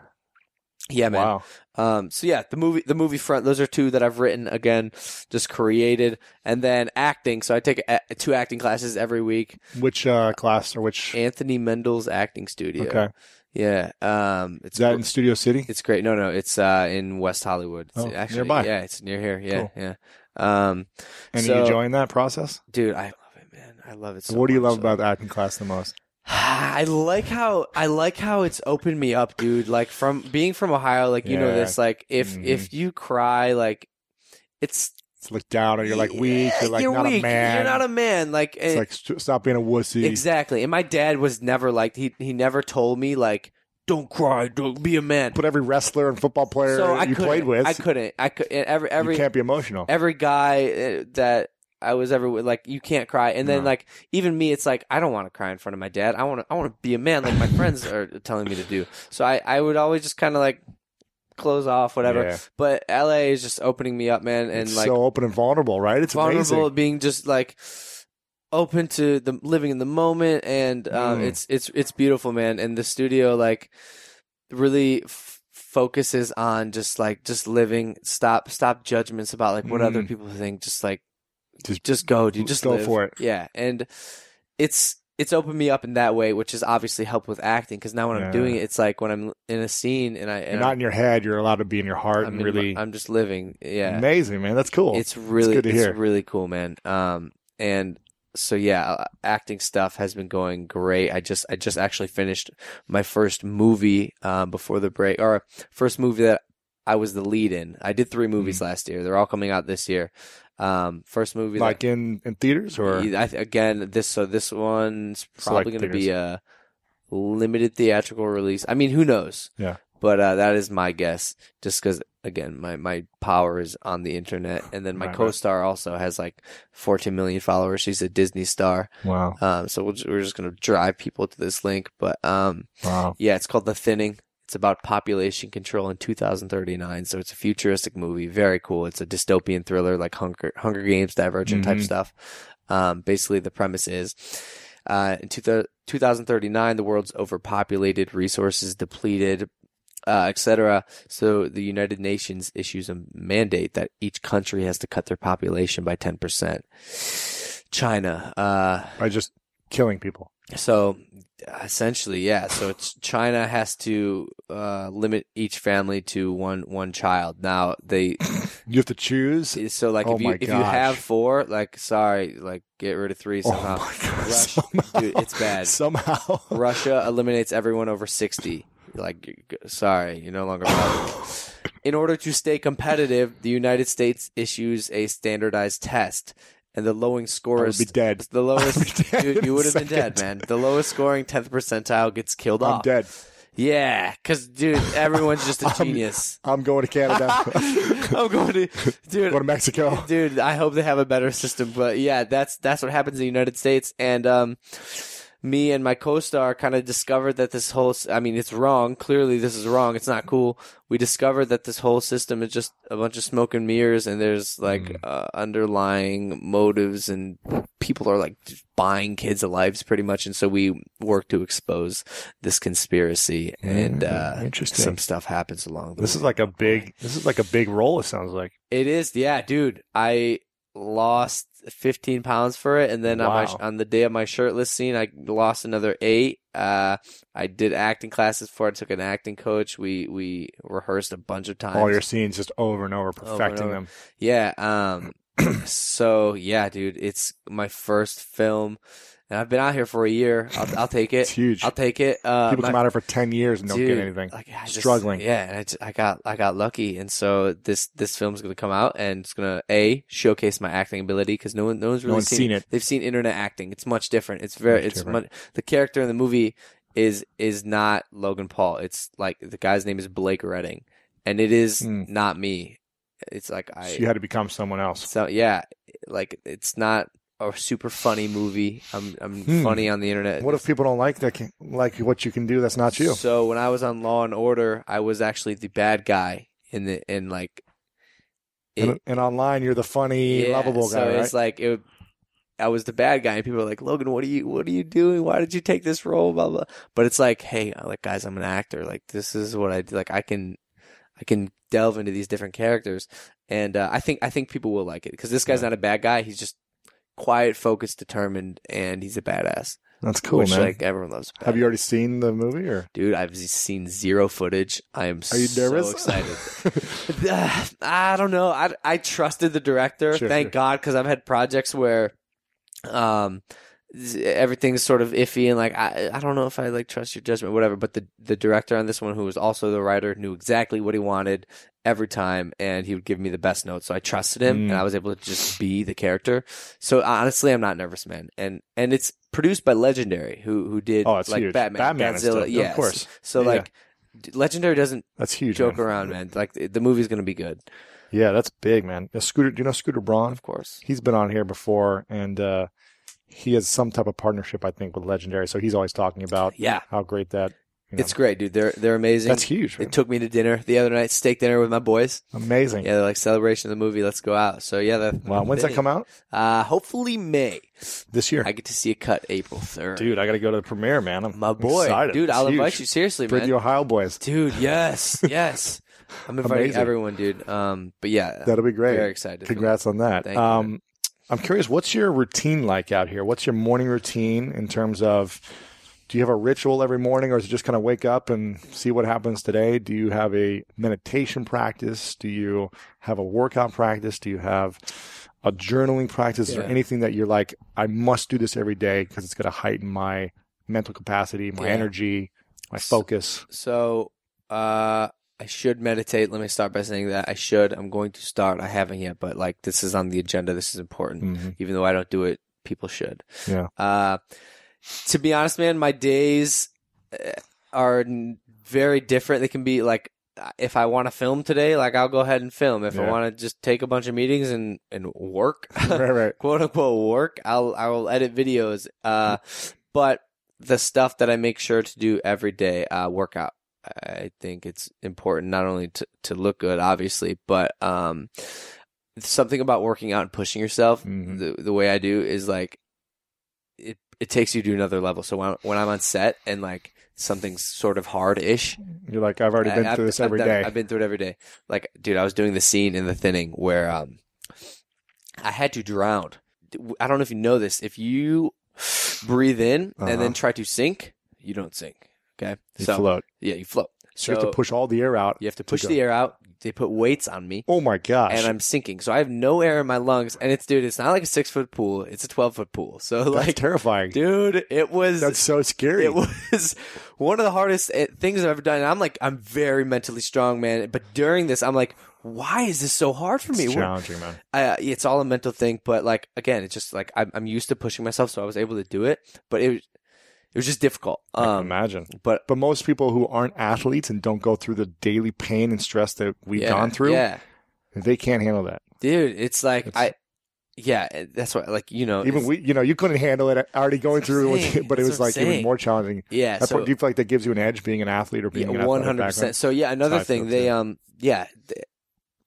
S3: yeah, man.
S1: Wow.
S3: Um, so yeah, the movie, the movie front, those are two that I've written again, just created, and then acting. So I take a, two acting classes every week.
S1: Which uh, class or which?
S3: Anthony Mendel's acting studio.
S1: Okay.
S3: Yeah. Um, it's
S1: Is that
S3: gr-
S1: in Studio City?
S3: it's great. No, no, it's uh in West Hollywood. It's
S1: Oh,
S3: actually,
S1: nearby.
S3: Yeah, it's near here. Yeah,
S1: Cool.
S3: yeah. Um,
S1: And
S3: so-
S1: are you enjoying that process?
S3: dude, I love it, man. I love it. So
S1: what do you
S3: much.
S1: love about the acting class the most?
S3: I like how I like how it's opened me up, dude. Like from being from Ohio, like you know
S1: Yeah.
S3: this. Like if
S1: Mhm.
S3: if you cry, like it's
S1: It's look down, or Oh, you're like weak. You're like not
S3: weak.
S1: a man.
S3: You're not a man. Like
S1: It's
S3: and-
S1: like st- stop being a wussy.
S3: exactly. And my dad was never like he he never told me like don't cry, don't be a man.
S1: Put every wrestler and football player
S3: so I
S1: you
S3: couldn't-
S1: played with.
S3: I couldn't. I could and every every
S1: you can't be emotional.
S3: every guy uh, that I was ever with, like, you can't cry. And then
S1: No.
S3: like even me, it's like I don't want to cry in front of my dad. I want to I want to be a man like my friends are telling me to do. So I I would always just kind of like close off whatever.
S1: Yeah.
S3: But LA is just opening me up, man, and
S1: It's
S3: like
S1: so open and vulnerable, right? It's
S3: vulnerable,
S1: amazing.
S3: being just like open to the living in the moment, and um,
S1: Mm.
S3: it's it's it's beautiful, man. And the studio like really f- focuses on just like just living. Stop stop judgments about like what other
S1: Mm.
S3: people think. Just like
S1: Just-
S3: just go, dude. Just
S1: go
S3: live.
S1: for it.
S3: Yeah, and it's. It's opened me up in that way, which has obviously helped with acting. Because now when
S1: Yeah.
S3: I'm doing it, it's like when I'm in a scene and I and
S1: You're not in your head. You're allowed to be in your heart and
S3: I'm, in my-
S1: really
S3: I'm just living. Yeah,
S1: amazing, man. That's cool.
S3: it's really
S1: good to
S3: it's
S1: hear.
S3: really cool, man. Um, and so yeah, uh, acting stuff has been going great. I just I just actually finished my first movie um, before the break, or first movie that I was the lead in. I did three
S1: Mm-hmm.
S3: movies last year. They're all coming out this year. Um, first movie
S1: like in, in theaters
S3: that,
S1: or
S3: I th- again this so this one's
S1: Select
S3: probably going to be a limited theatrical release. I mean, who knows?
S1: Yeah.
S3: But uh, that is my guess, just because again, my my power is on the internet, and then my
S1: Right, right.
S3: co-star also has like 14 million followers. She's a Disney star,
S1: wow,
S3: um, so we'll, ju- we're just gonna drive people to this link. But um,
S1: wow.
S3: yeah, it's called The Thinning. It's about population control in 2039, so it's a futuristic movie. Very cool. It's a dystopian thriller like Hunger Hunger Games, Divergent
S1: Mhm.
S3: type stuff. Um, basically, the premise is uh, in two thou- 2039, the world's overpopulated, resources depleted, uh, etc. So the United Nations issues a mandate that each country has to cut their population by 10%. China. Uh,
S1: By just killing people.
S3: so essentially, yeah. So it's China has to uh, limit each family to one one child. Now they
S1: You have to choose.
S3: so like
S1: Oh
S3: if you
S1: my
S3: if you
S1: gosh.
S3: have four, like sorry, like get rid of three somehow.
S1: Oh my god!
S3: Rush-
S1: somehow,
S3: dude, it's bad.
S1: Somehow,
S3: Russia eliminates everyone over 60. Like, you- g- sorry, you're no longer. valuable. In order to stay competitive, the United States issues a standardized test, and the lowest
S1: I
S3: score
S1: would
S3: is
S1: be dead.
S3: the
S1: I'd be
S3: lowest.
S1: dead
S3: Dude,
S1: in a
S3: you would have been dead,
S1: second.
S3: man. The lowest scoring 10th percentile gets killed
S1: I'm
S3: off.
S1: dead.
S3: Yeah, because dude, everyone's just a
S1: I'm-
S3: genius.
S1: I'm going to Canada.
S3: I'm going to, dude.
S1: Go to Mexico.
S3: Dude, I hope they have a better system, but yeah, that's that's what happens in the United States, and um, me and my co-star kind of discovered that this whole s- I mean it's wrong, clearly this is wrong, it's not cool. We discovered that this whole system is just a bunch of smoke and mirrors and there's like
S1: Mm.
S3: uh, underlying motives and people are like just buying kids' lives pretty much and so we work to expose this conspiracy and uh
S1: Mm-hmm. Mm, Interesting.
S3: some stuff happens along the
S1: This
S3: way.
S1: is like a big. This is like a big role. It sounds like.
S3: It is, yeah, dude. I lost 15 pounds for it, and then on,
S1: Wow.
S3: my, on the day of my shirtless scene, I lost another eight. Uh, I did acting classes for. it. I took an acting coach. We we rehearsed a bunch of times.
S1: All your scenes just over and over, perfecting
S3: over.
S1: them.
S3: Yeah. Um. so yeah, dude, it's my first film, and I've been out here for a year. I'll, I'll take
S4: It's
S3: it.
S4: huge.
S3: I'll take it. Uh,
S1: People
S3: my-
S1: come out here for ten years and don't
S3: Dude,
S1: get anything.
S3: Like, I just-
S1: Struggling.
S3: yeah, and I, ju- I got I got lucky, and so this this film's gonna come out, and it's gonna a showcase my acting ability because no one no one's
S1: No
S3: really
S1: one's seen it.
S3: They've seen internet acting. It's much different. It's very
S1: Much
S3: it's
S1: different.
S3: much the character in the movie is is not Logan Paul. It's like the guy's name is Blake Redding, and it is
S1: Hmm.
S3: not me. It's like I
S1: so you had to become someone else.
S3: so yeah, like it's not a super funny movie. I'm I'm
S1: Hmm.
S3: funny on the internet.
S4: What if people don't like that? Can, like what you can do? That's not you.
S3: So when I was on Law and Order, I was actually the bad guy in the in like it-
S4: and, and online, you're the funny, lovable
S3: so
S4: guy, right?
S3: it's like it. I was the bad guy, and people were like, "Logan, what are you? What are you doing? Why did you take this role?" Blah blah. But it's like, hey, like guys, I'm an actor. Like this is what I do. Like I can, I can delve into these different characters, and uh, I think I think people will like it because this guy's not a bad guy. He's just quiet, focused, determined, and he's a badass.
S1: That's cool,
S3: which
S1: man.
S3: like everyone loves. a
S4: Have you
S3: badass.
S4: already seen the movie? Or
S3: Dude, I've seen zero footage. I am
S4: are you
S3: so
S4: nervous?
S3: excited. I don't know. I, I trusted the director.
S4: Sure.
S3: Thank God, because I've had projects where, um, z- everything's sort of iffy and like I I don't know if I like trust your judgment, whatever. But the the director on this one, who was also the writer, knew exactly what he wanted every time, and he would give me the best notes. So I trusted him,
S1: Mm.
S3: and I was able to just be the character. So honestly, I'm not nervous, man. And and it's produced by Legendary, who who did
S1: Oh, it's
S3: like
S1: huge.
S3: Batman,
S1: Batman and
S3: Godzilla,
S1: stuff.
S3: yeah,
S1: Of course.
S3: So
S1: Yeah.
S3: like, d- Legendary doesn't
S1: That's huge.
S3: joke
S1: man.
S3: around, man. Like the the movie's gonna be good,
S1: Yeah, that's big, man. Yeah, Scooter, do you know Scooter Braun?
S3: of course.
S1: He's been on here before, and uh, he has some type of partnership, I think, with Legendary. So he's always talking about
S3: Yeah,
S1: how great that. You know,
S3: it's great, dude. They're they're amazing.
S1: that's huge.
S3: They
S1: man.
S3: took me to dinner the other night, steak dinner with my boys.
S1: Amazing.
S3: Yeah, they're like celebration of the movie. Let's go out. So yeah, that,
S1: Wow, when's that come out?
S3: Uh, hopefully May.
S1: This year,
S3: I get to see it cut April third.
S1: dude. I got to go to the premiere, man. I'm
S3: my boy,
S1: excited.
S3: dude.
S1: It's
S3: I'll
S1: huge.
S3: invite you seriously,
S4: For
S3: man.
S4: the Ohio boys,
S3: Dude, yes, yes. I'm inviting
S1: Amazing.
S3: everyone, dude. Um, but yeah,
S4: that'll be great.
S3: very excited. for
S1: Congrats on that.
S3: Thank you,
S1: um, I'm curious, what's your routine like out here? What's your morning routine in terms of? Do you have a ritual every morning, or is it just kind of wake up and see what happens today? Do you have a meditation practice? Do you have a workout practice? Do you have a journaling practice? Is there
S3: Yeah.
S1: anything that you're like, I must do this every day because it's going to heighten my mental capacity, my
S3: Yeah.
S1: energy, my
S3: S-
S1: focus?
S3: So, uh, I should meditate. Let me start by saying that I should. I'm going to start. I haven't yet, but like this is on the agenda. This is important.
S1: Mhm.
S3: Even though I don't do it, people should.
S1: Yeah.
S3: Uh, to be honest, man, my days uh, are n- very different. They can be like uh, if I want to film today, like I'll go ahead and film. If
S1: Yeah.
S3: I want to just take a bunch of meetings and and work,
S4: right, right.
S3: quote unquote work. I'll I will edit videos. Uh, but the stuff that I make sure to do every day, uh, workout. I think it's important not only to to look good, obviously, but um, something about working out and pushing yourself.
S1: Mhm.
S3: The the way I do is like it it takes you to another level. So when I'm, when I'm on set and like something's sort of hard ish,
S1: You're like, I've already been
S3: I- I've-
S1: through this
S3: I've
S1: every day.
S3: done- I've been through it every day. Like, dude, I was doing the scene in the thinning where um, I had to drown. I don't know if you know this. If you breathe in and
S1: Uh-huh.
S3: then try to sink, you don't sink. Okay,
S1: You
S3: so
S1: float.
S3: yeah, you float.
S1: So, you have to push all the air out.
S3: You have to push
S1: go.
S3: the air out. They put weights on me.
S1: Oh my gosh.
S3: And I'm sinking, so I have no air in my lungs. And it's, dude, it's not like a six foot pool; it's a twelve foot pool. So,
S1: That's
S3: like,
S1: terrifying.
S3: dude, it was
S1: That's so scary.
S3: it was one of the hardest eh, things I've ever done. And I'm like, I'm very mentally strong, man. But during this, I'm like, why is this so hard for me?
S1: It's
S3: What-
S1: challenging, man.
S3: I, uh, it's all a mental thing. But like, again, it's just like I'm, I'm used to pushing myself, so I was able to do it. But it, was- it was just difficult.
S1: I can
S3: Um,
S1: imagine.
S3: but
S1: But most people who aren't athletes and don't go through the daily pain and stress that we've
S3: yeah,
S1: gone through,
S3: yeah,
S1: they can't handle that.
S3: dude, it's like
S1: It's-
S3: I, yeah, it- that's what like you know
S1: Even
S3: Oh, it's-
S1: we, you know, you couldn't handle it already going
S3: That's what
S1: through,
S3: I'm
S1: it,
S3: saying.
S1: but it
S3: That's
S1: was
S3: what I'm
S1: like even
S3: saying.
S1: more challenging.
S3: yeah.
S1: That's
S3: So,
S1: what do you feel like that gives you an edge being an athlete or being
S3: Yeah,
S1: an
S3: one
S1: athletic
S3: hundred percent.
S1: background?
S3: So yeah, another
S1: Aside from
S3: thing
S1: the
S3: they
S1: tech.
S3: um yeah, th-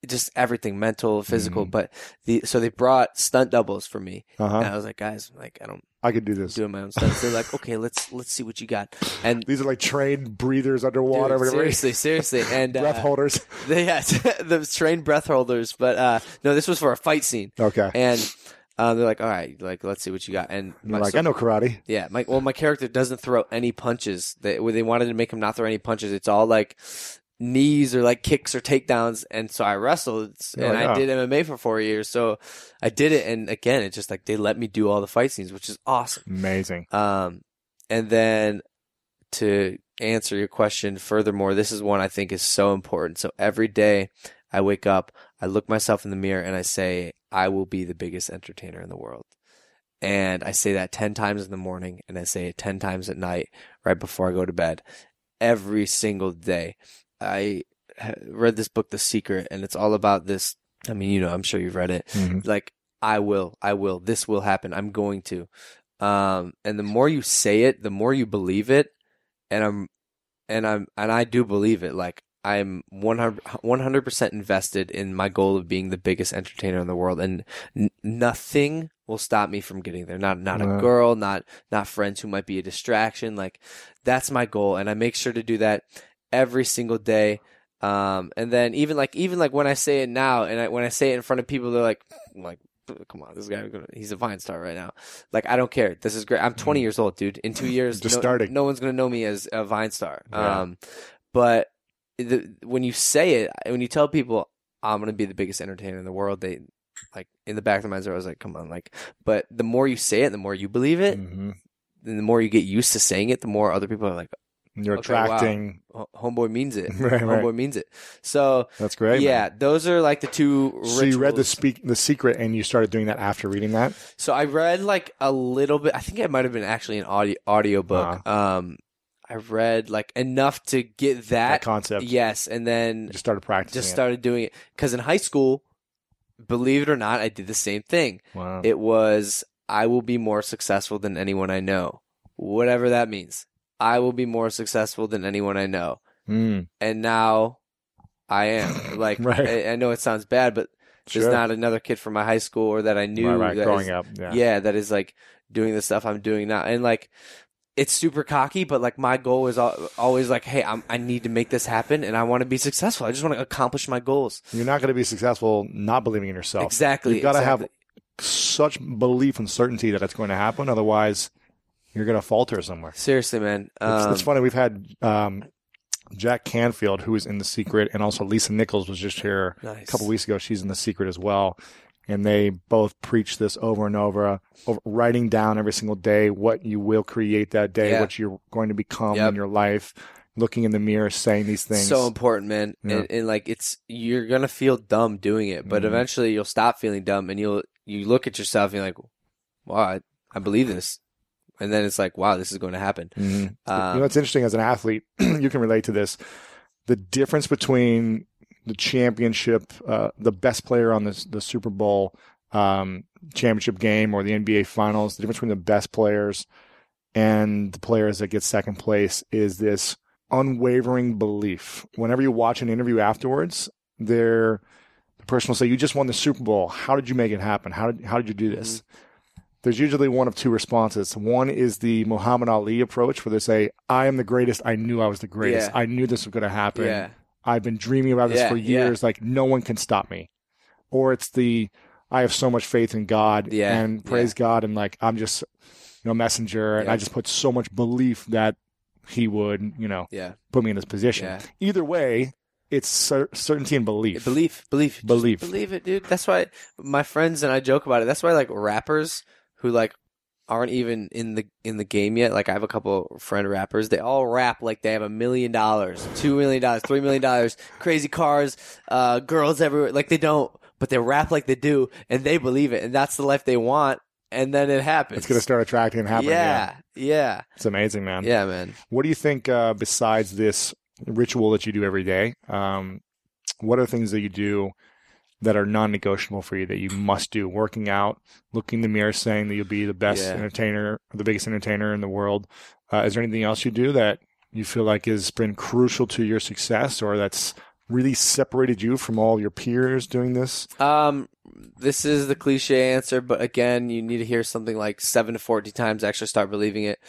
S3: just everything mental, physical.
S1: Mhm.
S3: But the so they brought stunt doubles for me, and
S1: Uh-huh.
S3: I was like, guys, like I don't
S1: I could do this.
S3: do my own stunts. They're like, okay, let's let's see what you got. And
S1: These are like trained breathers underwater,
S3: dude,
S1: whatever.
S3: seriously, seriously, and
S1: breath
S3: uh,
S1: holders.
S3: they had the trained breath holders. But uh no, this was for a fight scene,
S1: Okay.
S3: and. Uh, they're like, all right, like let's see what you got, and
S1: You're
S3: my-
S1: like,
S3: so-
S1: I know karate.
S3: Yeah, my well, my character doesn't throw any punches. They well, they wanted to make him not throw any punches. It's all like knees or like kicks or takedowns. And so I wrestled
S1: You're
S3: and
S1: like,
S3: I
S1: "Oh."
S3: did MMA for four years. So I did it, and again, it's just like they let me do all the fight scenes, which is awesome.
S1: Amazing.
S3: Um, and then to answer your question furthermore, this is one I think is so important. So every day I wake up, I look myself in the mirror and I say, I will be the biggest entertainer in the world. And I say that 10 times in the morning and I say it 10 times at night right before I go to bed every single day. I ha- read this book, The Secret, and it's all about this. I mean, you know, I'm sure you've read it
S1: Mhm.
S3: like I will, I will, this will happen, I'm going to. Um, and the more you say it, the more you believe it, and I'm, and I'm, and I do believe it. Like I'm 100 percent invested in my goal of being the biggest entertainer in the world, and n- nothing will stop me from getting there. Not, not
S1: Wow.
S3: a girl, not, not friends who might be a distraction. Like that's my goal, and I make sure to do that every single day. Um, and then even like even like when I say it now, and I, when I say it in front of people, they're like, I'm like, come on, this guy, he's a Vine star right now. Like I don't care. This is great. I'm 20 years old, dude. In two years,
S1: Mm-hmm. Just
S3: no,
S1: starting.
S3: no one's gonna know me as a Vine star.
S1: Yeah.
S3: Um, but the, when you say it, when you tell people I'm gonna be the biggest entertainer in the world, they like in the back of their minds, they're always like, come on, like. But the more you say it, the more you believe it,
S1: Mhm.
S3: and the more you get used to saying it, the more other people are like,
S1: You're
S3: Okay, wow.
S1: attracting.
S3: "Ho- homeboy means it.
S1: Right,
S3: homeboy
S1: right.
S3: means it. So
S1: That's great.
S3: yeah,
S1: man.
S3: those are like the two.
S1: So you read the
S3: rituals.
S1: speak the secret, and you started doing that after reading that.
S3: So I read like a little bit. I think it might have been actually an audio audiobook.
S1: Uh-huh.
S3: Um, I read like enough to get
S1: That,
S3: that.
S1: concept.
S3: yes, and
S1: You
S3: then
S1: just started practicing.
S3: just started doing it because in high school, believe it or not, I did the same thing.
S1: It. Wow.
S3: It was I will be more successful than anyone I know, whatever that means. I will be more successful than anyone I know
S1: Mm,
S3: and now I am. Like
S1: Right.
S3: I, I know it sounds bad, but
S1: sure.
S3: there's not another kid from my high school or that I knew
S1: right, right,
S3: that
S1: growing
S3: is-
S1: up. Yeah.
S3: yeah. that is like doing the stuff I'm doing now, and like it's super cocky, but like my goal is al- always like, hey, I'm, I need to make this happen, and I want to be successful. I just want to accomplish my goals.
S1: You're not going to be successful not believing in yourself.
S3: Exactly.
S1: You've got to
S3: exactly.
S1: have such belief and certainty that it's going to happen. Otherwise, you're going to falter somewhere.
S3: seriously, man.
S1: It's,
S3: Um,
S1: it's funny. We've had um, Jack Canfield, who is in The Secret, and also Lisa Nichols was just here
S3: Nice.
S1: a couple weeks ago. She's in The Secret as well. And they both preach this over and over, over writing down every single day what you will create that day,
S3: Yeah.
S1: what you're going to become
S3: Yep.
S1: in your life, looking in the mirror, saying these things.
S3: So important, man.
S1: Yeah.
S3: And, and like it's you're gonna feel dumb doing it, but
S1: Mhm.
S3: eventually you'll stop feeling dumb and you'll you look at yourself and you're like, wow, I, I believe this, and then it's like, wow, this is going to happen.
S1: Mhm. you
S3: Um,
S1: know, it's interesting as an athlete, you can relate to this. The difference between the championship, uh, the best player on this, the Super Bowl um, championship game or the NBA finals, the difference between the best players and the players that get second place is this unwavering belief. Whenever you watch an interview afterwards, they're, the person will say, You just won the Super Bowl. How did you make it happen? How did, how did you do this? there's usually one of two responses. One is the Muhammad Ali approach, where they say, "I am the greatest. I knew I was the greatest.
S3: Yeah.
S1: I knew this was going to happen.
S3: yeah,
S1: I've been dreaming about this
S3: Yeah,
S1: for
S3: yeah.
S1: years. Like no one can stop me." Or it's the, "I have so much faith in God
S3: Yeah,
S1: and praise God and like I'm just, you know, messenger and
S3: Yeah.
S1: I just put so much belief that He would, you know,
S3: yeah,
S1: put me in this position."
S3: yeah.
S1: Either way, it's cer- certainty and belief.
S3: Belief, belief, Just
S1: Belief.
S3: believe it, dude. That's why my friends and I joke about it. That's why like rappers who like aren't even in the in the game yet. Like I have a couple friend rappers. They all rap like they have a million dollars, two million dollars, three million dollars, crazy cars, uh, girls everywhere. Like they don't, but they rap like they do, and they believe it, and that's the life they want. And then it happens.
S1: It's going to start attracting and happening.
S3: Yeah, yeah,
S1: It's amazing, man.
S3: yeah, man.
S1: What do you think uh, besides this ritual that you do every day? Um, what are things that you do that are non-negotiable for you that you must do? Working out, looking in the mirror, saying that you'll be the best
S3: Yeah.
S1: entertainer, the biggest entertainer in the world. Uh, is there anything else you do that you feel like has been crucial to your success, or that's really separated you from all your peers doing this?
S3: Um, this is the cliche answer, but again, you need to hear something like seven to fourteen times to actually start believing it.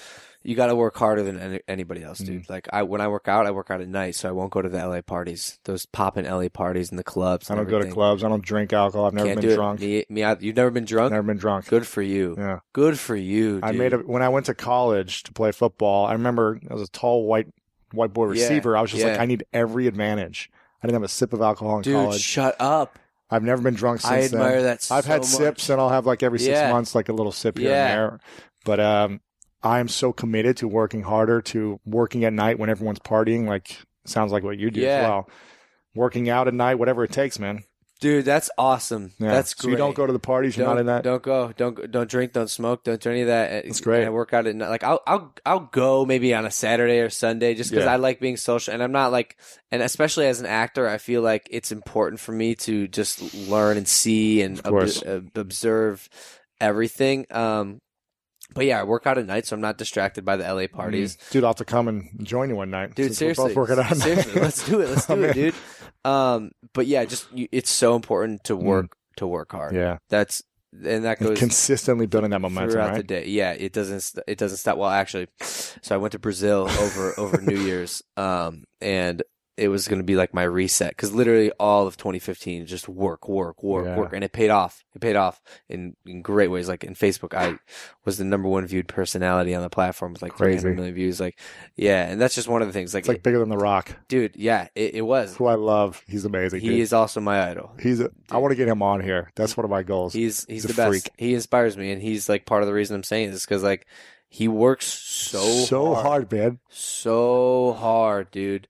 S3: You got to work harder than any, anybody else, dude.
S1: Mm.
S3: Like I, when I work out, I work out at night, so I won't go to the LA parties, those poppin' LA parties and the clubs.
S1: I
S3: and
S1: don't go to
S3: everything.
S1: clubs. I don't drink alcohol. I've never
S3: Can't
S1: been
S3: do
S1: drunk.
S3: It. Me, me, I, you've never been drunk.
S1: Never been drunk.
S3: Good for you.
S1: Yeah.
S3: Good for you. Dude.
S1: I made a when I went to college to play football. I remember I was a tall white white boy
S3: Yeah,
S1: receiver. I was just like,
S3: yeah.
S1: I need every advantage. I didn't have a sip of alcohol in
S3: dude.
S1: college.
S3: Shut up.
S1: I've never been drunk since
S3: I admire
S1: then.
S3: that.
S1: I've
S3: so
S1: had
S3: much.
S1: sips, and I'll have like every six
S3: Yeah.
S1: months, like a little sip here
S3: Yeah.
S1: and there. But um, I am so committed to working harder, to working at night when everyone's partying. Like sounds like what you do as
S3: Yeah.
S1: well. Working out at night, whatever it takes, man.
S3: dude. That's awesome.
S1: Yeah.
S3: That's
S1: So
S3: great.
S1: you don't go to the parties. You're
S3: don't,
S1: not in that.
S3: Don't go. Don't go- don't drink. Don't smoke. Don't do any of that.
S1: That's great.
S3: And I work out at night. Like I'll I'll I'll go maybe on a Saturday or Sunday just because
S1: Yeah.
S3: I like being social and I'm not like and especially as an actor I feel like it's important for me to just learn and see and ob-
S1: course.
S3: ob- observe everything. Um, but yeah, I work out at night so I'm not distracted by the LA parties.
S1: Dude, I'll have to come and join you one night.
S3: Dude,
S1: Since
S3: seriously,
S1: Mm-hmm. we're both working Oh, out.
S3: seriously, let's do it. Let's do
S1: I'm
S3: it,
S1: in.
S3: dude. Um, but yeah, just you, it's so important to work to work hard.
S1: Mm. Yeah,
S3: That's and that
S1: and
S3: goes
S1: consistently building that momentum,
S3: throughout
S1: right?
S3: the day. Yeah, it doesn't st- it doesn't stop. Well, actually, so I went to Brazil over over New Year's, um, and it was going to be like my reset because literally all of 2015 just work, work, work,
S1: Yeah.
S3: work, and it paid off. It paid off in, in great ways. Like in Facebook, I was the number one viewed personality on the platform with like
S1: Crazy.
S3: 300 million views. Like, yeah, and that's just one of the things. Like,
S1: It's like bigger than The Rock,
S3: dude, yeah, it, it was.
S1: who I love. He's amazing.
S3: He
S1: dude.
S3: is also my idol.
S1: He's. A, I want to get him on here. That's one of my goals.
S3: He's he's,
S1: a
S3: the best.
S1: freak.
S3: He inspires me, and he's like part of the reason I'm saying this because like he works so
S1: so hard. man.
S3: so hard, dude.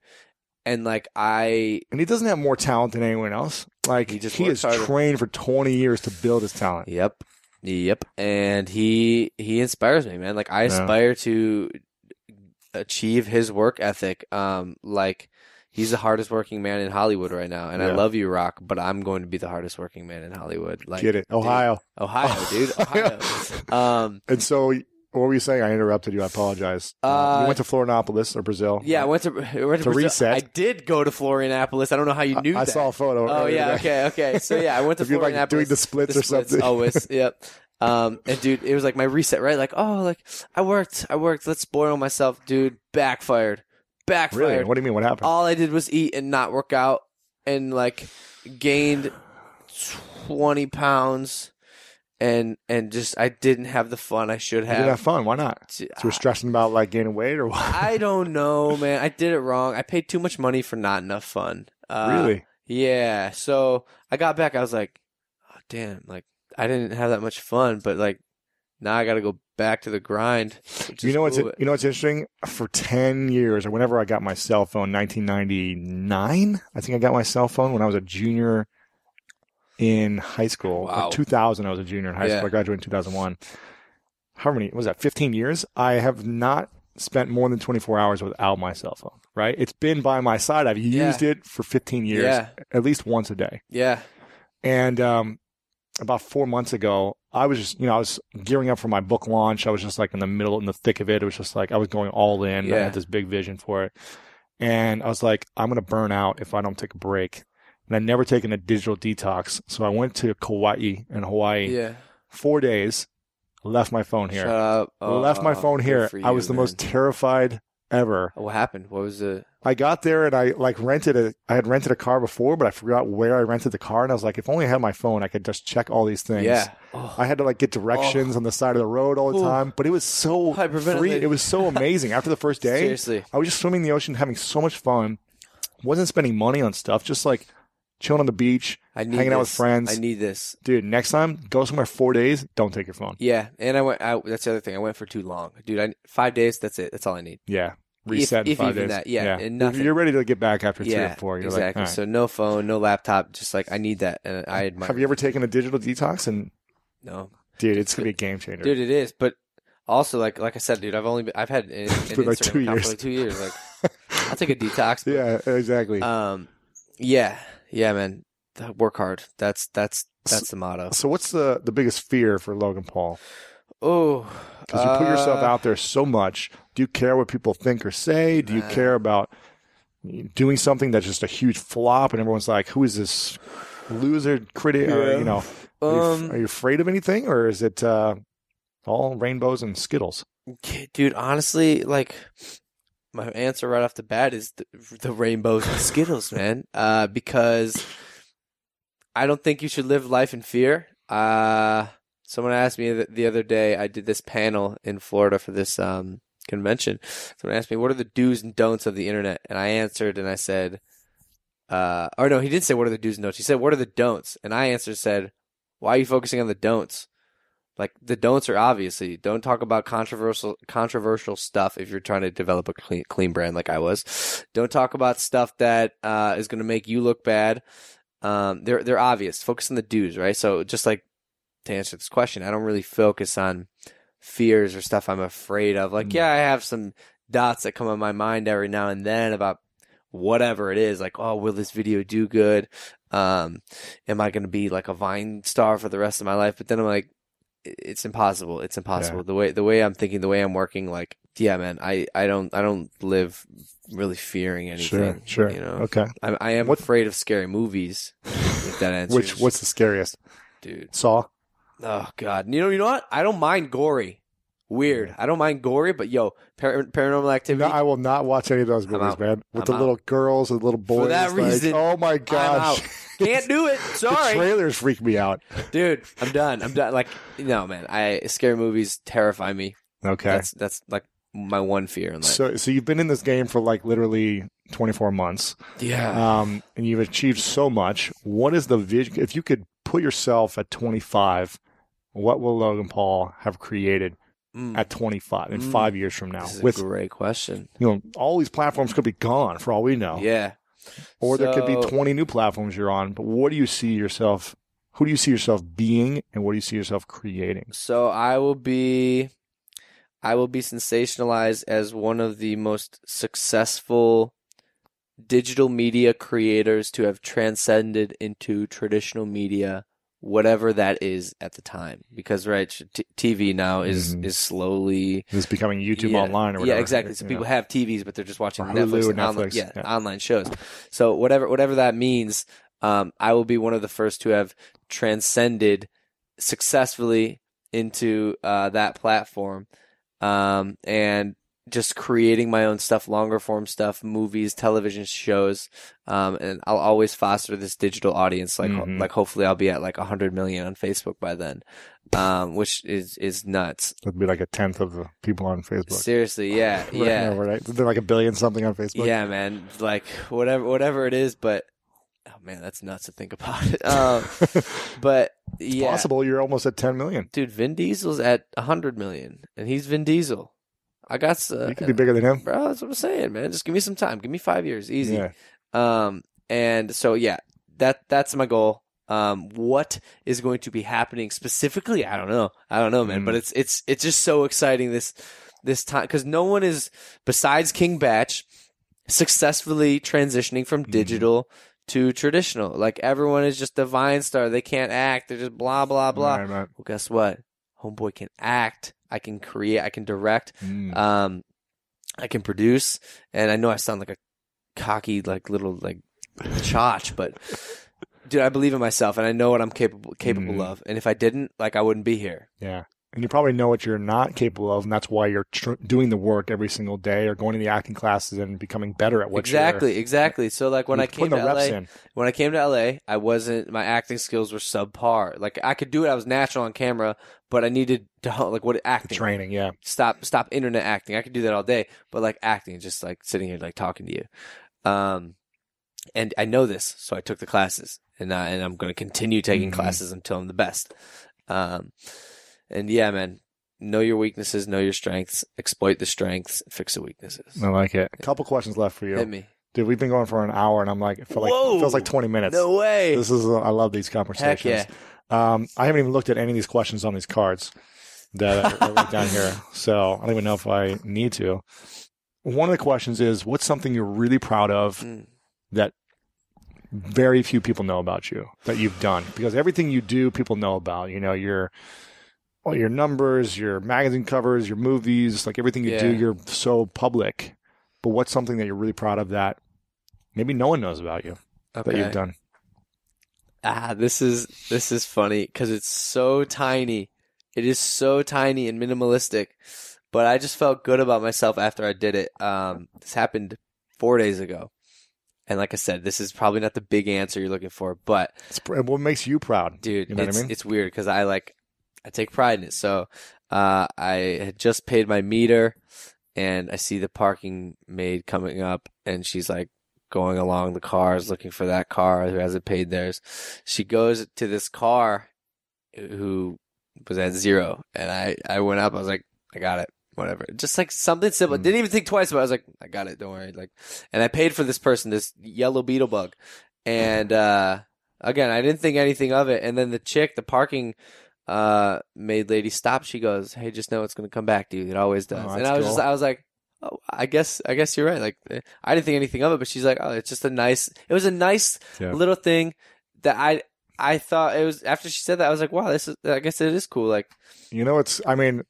S3: And like I,
S1: And he doesn't have more talent than anyone else. Like
S3: He
S1: he,
S3: just
S1: just he
S3: works
S1: is
S3: harder.
S1: trained for twenty years to build his talent.
S3: yep, yep. And he he inspires me, man. Like I
S1: Yeah.
S3: aspire to achieve his work ethic. Um, like he's the hardest working man in Hollywood right now, and I
S1: Yeah.
S3: love you, Rock. But I'm going to be the hardest working man in Hollywood. Like
S1: get it,
S3: dude,
S1: Ohio.
S3: Ohio, dude, Ohio. um,
S1: And so, what were you saying? I interrupted you. I apologize.
S3: Uh,
S1: you went to Florianopolis or Brazil?
S3: yeah, I went to, I went to,
S1: To
S3: Brazil.
S1: reset.
S3: I did go to Florianopolis. I don't know how you
S1: I,
S3: knew.
S1: I
S3: that.
S1: saw a photo.
S3: Oh
S1: earlier
S3: yeah,
S1: today.
S3: okay, okay. So yeah, I went to
S1: If you're like doing
S3: Florianopolis.
S1: the splits
S3: the
S1: or
S3: splits,
S1: something.
S3: Always, yep. Um, and dude, it was like my reset, right? Like, oh, like I worked, I worked. Let's spoil myself, dude. Backfired, backfired.
S1: really? What do you mean? What happened?
S3: All I did was eat and not work out, and like gained twenty pounds, and and just I didn't have the fun I should
S1: you did have
S3: have.
S1: fun. Why not? So we're stressing about like gaining weight or what?
S3: I don't know, man. I did it wrong. I paid too much money for not enough fun. Uh,
S1: really?
S3: yeah. So I got back. I was like, oh, damn, like I didn't have that much fun, but like now I got to go back to the grind. Just
S1: you know what's
S3: move it.
S1: you know what's interesting? For ten years, or whenever I got my cell phone, 1999, I think I got my cell phone when I was a junior in high school. Or
S3: Wow.
S1: 2000, I was a junior in high
S3: Yeah.
S1: school. I graduated in 2001. How many what was that? 15 years. I have not spent more than 24 hours without my cell phone. Right? It's been by my side. I've
S3: Yeah.
S1: used it for 15 years,
S3: Yeah.
S1: at least once a day.
S3: Yeah.
S1: And um, about four months ago, I was just, you know, I was gearing up for my book launch. I was just like in the middle, in the thick of it. It was just like I was going all in. I
S3: Yeah.
S1: had this big vision for it. And I was like, I'm going to burn out if I don't take a break. And I'd never taken a digital detox. So I went to Kauai in Hawaii,
S3: Yeah.
S1: four days, left my phone
S3: Shut
S1: here.
S3: up. Oh,
S1: left my phone
S3: good
S1: here.
S3: for
S1: I
S3: you,
S1: was the
S3: man.
S1: most terrified ever.
S3: What happened? What was the?
S1: I got there and I like rented a I had rented a car before, but I forgot where I rented the car and I was like, if only I had my phone, I could just check all these things.
S3: Yeah. Oh,
S1: I had to like get directions on the side of the road all the
S3: Ooh.
S1: time. But it was so
S3: Hyperventilating.
S1: free. It was so amazing. After the first day,
S3: seriously.
S1: I was just swimming in the ocean, having so much fun. Wasn't spending money on stuff, just like chilling on the beach,
S3: I need
S1: hanging out with
S3: this.
S1: friends.
S3: I need this.
S1: Dude, next time, go somewhere four days, don't take your phone.
S3: Yeah, and I went. I, that's the other thing. I went for too long, dude. I five days. That's it. That's all I need.
S1: Yeah. Reset in
S3: if
S1: five
S3: even
S1: days.
S3: that, yeah, and
S1: If
S3: nothing.
S1: You're ready to get back after three
S3: yeah,
S1: or four. You're like,
S3: exactly.
S1: all right.
S3: So no phone, no laptop. Just like I need that, and I admire.
S1: have you ever taken a digital detox and
S3: no,
S1: Dude, it's gonna be a game changer.
S3: dude. It is, but also like like I said, dude. I've only been, I've had an, an
S1: been like
S3: Instagram
S1: two
S3: account
S1: years.
S3: for like two years. Like I'll take a detox. Uh,
S1: yeah, exactly.
S3: Um, yeah, yeah, man. that- work hard. That's that's that's the motto.
S1: So what's the the biggest fear for Logan Paul?
S3: Oh,
S1: Because you put yourself
S3: uh,
S1: out there so much. Do you care what people think or say? Do you
S3: Nah.
S1: care about doing something that's just a huge flop and everyone's like, "Who is this loser critic?" Or
S3: Yeah.
S1: you know, are, you,
S3: Um,
S1: are you afraid of anything, or is it uh, all rainbows and skittles?
S3: K- Dude, honestly, like my answer right off the bat is the, the rainbows and skittles, man. Uh, because I don't think you should live life in fear. Uh, someone asked me the, the other day. I did this panel in Florida for this um, convention. Someone asked me, "What are the do's and don'ts of the internet?" And I answered, and I said, uh, "Or no, he didn't say what are the do's and don'ts. He said, what are the don'ts?" And I answered, said, "Why are you focusing on the don'ts?" like the don'ts are obviously don't talk about controversial controversial stuff if you're trying to develop a clean, clean brand like I was. Don't talk about stuff that uh, is going to make you look bad. Um, they're they're obvious. Focus on the do's, right? So just like to answer this question, I don't really focus on fears or stuff I'm afraid of. Like
S1: Mm.
S3: yeah, I have some dots that come on my mind every now and then about whatever it is. Like oh, will this video do good? Um, am I going to be like a Vine star for the rest of my life? But then I'm like it's impossible. It's impossible. The way the way I'm thinking, the way I'm working, like yeah, man, I, I don't I don't live really fearing
S1: sure,
S3: anything.
S1: sure.
S3: You know,
S1: Okay.
S3: I, I am
S1: What-
S3: afraid of scary movies. If that answers,
S1: Which what's the scariest?
S3: dude?
S1: Saw.
S3: Oh god, you know you know what? I don't mind gory. Weird. I don't mind gory, but yo, par- paranormal activity.
S1: No, I will not watch any of those movies,
S3: out.
S1: man. With the
S3: I'm out.
S1: little girls and the little boys.
S3: For that
S1: like,
S3: reason,
S1: oh my gosh.
S3: out. Can't do it.
S1: The
S3: Sorry,
S1: trailers freak me out.
S3: dude. I'm done. I'm done. Like no, man. I scary movies terrify me.
S1: Okay.
S3: That's that's like my one fear in life.
S1: So, so you've been in this game for like literally 24 months,
S3: yeah.
S1: um, and you've achieved so much. What is the vision? If you could put yourself at 25, what will Logan Paul have created
S3: Mm.
S1: at 25 in
S3: Mm.
S1: five years from now?
S3: This is
S1: With
S3: a great question.
S1: you know, all these platforms could be gone for all we know,
S3: Yeah.
S1: or there could be
S3: So-
S1: 20 new platforms you're on. But what do you see yourself? Who do you see yourself being, and what do you see yourself creating?
S3: So I will be I will be sensationalized as one of the most successful digital media creators to have transcended into traditional media whatever that is at the time because right t- TV now is
S1: Mhm.
S3: is slowly
S1: This is becoming YouTube
S3: Yeah.
S1: online, or
S3: Yeah,
S1: whatever.
S3: exactly. So
S1: you
S3: people
S1: know.
S3: have TVs, but they're just watching
S1: Or
S3: Netflix,
S1: Hulu,
S3: and online,
S1: Netflix,
S3: yeah,
S1: yeah.
S3: online shows. So whatever whatever that means, um, I will be one of the first to have transcended successfully into uh, that platform, um, and just creating my own stuff, longer form stuff, movies, television shows, um, and I'll always foster this digital audience. Like
S1: Mhm.
S3: like hopefully I'll be at like hundred million on Facebook by then, um, which is is nuts.
S1: That'd be like a tenth of the people on Facebook.
S3: Seriously, yeah,
S1: Right
S3: yeah.
S1: now, right? They're like a billion something on Facebook.
S3: Yeah, man. Like whatever, whatever it is, but oh man, that's nuts to think about it. Um, but yeah,
S1: Possible you're almost at 10 million.
S3: dude, Vin Diesel's at hundred million, and he's Vin Diesel. I got s- uh,
S1: you could be bigger than him.
S3: bro. That's what I'm saying, man. Just give me some time. Give me five years, easy.
S1: Yeah.
S3: Um, and so yeah, that that's my goal. Um, what is going to be happening specifically? I don't know. I don't know, man.
S1: Mm.
S3: But it's it's it's just so exciting this this time because no one is besides King Batch successfully transitioning from
S1: Mhm.
S3: digital to traditional. Like everyone is just a Vine star. They can't act. They're just blah blah blah.
S1: Right, right.
S3: Well, guess what? Homeboy can act. I can create. I can direct.
S1: Mm.
S3: Um, I can produce, and I know I sound like a cocky, like little like chotch, but dude, I believe in myself, and I know what I'm capable capable
S1: Mhm.
S3: of. And if I didn't, like, I wouldn't be here.
S1: yeah. And you probably know what you're not capable of, and that's why you're tr- doing the work every single day or going to the acting classes and becoming better at what
S3: exactly, exactly. So like
S1: you're
S3: when I
S1: you're putting
S3: came
S1: the
S3: to
S1: reps
S3: LA,
S1: in.
S3: when I came to LA, I wasn't my acting skills were subpar. Like I could do it, I was natural on camera, but I needed to like what
S1: The
S3: acting.
S1: training, yeah.
S3: stop stop internet acting. I could do that all day, but like acting, just like sitting here like talking to you. Um, and I know this, so I took the classes, and I, and I'm going to continue taking
S1: Mhm.
S3: classes until I'm the best. Um, and yeah, man, know your weaknesses, know your strengths, exploit the strengths, fix the weaknesses.
S1: I like it. A couple questions left for
S3: Hit
S1: you.
S3: me.
S1: Dude, we've been going for an hour, and I'm like, it felt like,
S3: Whoa!
S1: it feels like 20 minutes.
S3: No way.
S1: This is, uh, I love these
S3: Heck
S1: conversations.
S3: yeah.
S1: Um, I haven't even looked at any of these questions on these cards that I, I wrote down here, so I don't even know if I need to. One of the questions is, what's something you're really proud of
S3: Mm.
S1: that very few people know about you that you've done because everything you do, people know about. You know, your all your numbers, your magazine covers, your movies, like everything you do,
S3: Yeah.
S1: you're so public. But what's something that you're really proud of that maybe no one knows about you that you've
S3: Okay.
S1: done?
S3: Ah, this is this is funny because it's so tiny. It is so tiny and minimalistic, but I just felt good about myself after I did it. Um, this happened four days ago, and like I said, this is probably not the big answer you're looking for, but
S1: It's, pr- what makes you proud?
S3: dude,
S1: You know what I
S3: it's
S1: mean?
S3: it's weird because I like I take pride in it. So, uh, I had just paid my meter, and I see the parking maid coming up, and she's like going along the cars looking for that car who hasn't paid theirs. She goes to this car who was at zero, and I I went up. I was like, I got it. Whatever, just like something simple.
S1: Mm.
S3: Didn't even think twice about. it. I was like, I got it. Don't worry. Like, and I paid for this person, this yellow beetle bug,
S1: Hmm.
S3: and uh, again, I didn't think anything of it. And then the chick, the parking uh, maid lady, stopped. She goes, "Hey, just know it's going to come back to you. It always does."
S1: Oh,
S3: and
S1: that's
S3: I was just,
S1: cool.
S3: I was like, "Oh, I guess, I guess you're right." Like, eh, I didn't think anything of it, but she's like, "Oh, it's just a nice. It was a nice
S1: Yeah.
S3: little thing that I." I thought it was after she said that I was like, wow, this is. I guess it is cool. Like,
S1: You know, it's, I mean,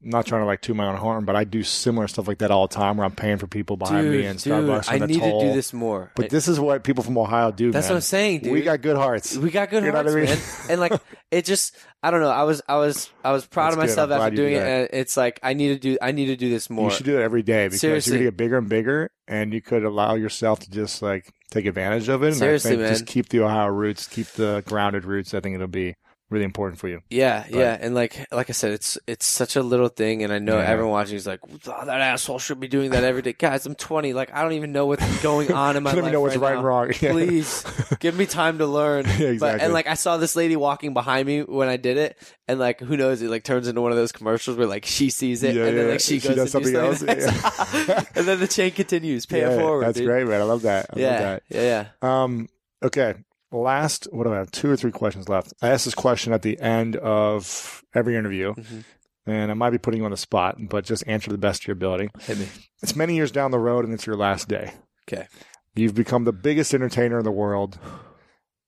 S1: I'm not trying to like toot my own horn, but I do similar stuff like that all the time where I'm paying for people behind me in Starbucks.
S3: I
S1: and that's
S3: need to do
S1: all-
S3: this more.
S1: But
S3: I-
S1: this is what people from Ohio do.
S3: that's
S1: man.
S3: what I'm saying, dude.
S1: We got good hearts.
S3: We got good
S1: You know what
S3: hearts,
S1: I mean?
S3: man. And like, it just, I don't know. I was, I was, I was
S1: That's
S3: proud of
S1: good.
S3: myself
S1: I'm glad
S3: after
S1: you do
S3: doing it.
S1: that.
S3: And it's like, I need to do, I need to do this more.
S1: You should do it every day because
S3: Seriously.
S1: you're gonna get bigger and bigger, and you could allow yourself to just like take advantage of it. And
S3: Seriously,
S1: I think
S3: man.
S1: just keep the Ohio roots, keep the grounded roots. I think it'll be really important for you.
S3: yeah,
S1: but-
S3: yeah. And like, like I said, it's, it's such a little thing. And I know
S1: Yeah.
S3: everyone watching is like, "Oh, that asshole should be doing that every day. Guys, I'm 20. Like, I don't even know what's going on in my
S1: Let me
S3: life.
S1: know what's right,
S3: now.
S1: and wrong. Yeah.
S3: Please give me time to learn.
S1: Yeah,
S3: But,
S1: exactly.
S3: and like I saw this lady walking behind me when I did it, and like who knows, it like turns into one of those commercials where like she sees it
S1: Yeah,
S3: and then
S1: yeah.
S3: like she
S1: She
S3: goes
S1: does
S3: and do
S1: something
S3: something
S1: else.
S3: else. and then the chain continues. Pay
S1: Yeah,
S3: it forward.
S1: That's
S3: dude.
S1: great, man. I love that. I
S3: yeah,
S1: love that.
S3: yeah, yeah.
S1: Um, okay. Last, what do I have? Two or three questions left. I ask this question at the end of every interview,
S3: Mhm.
S1: and I might be putting you on the spot, but just answer to the best of your ability.
S3: Hit me.
S1: It's many years down the road, and it's your last day.
S3: Okay.
S1: You've become the biggest entertainer in the world.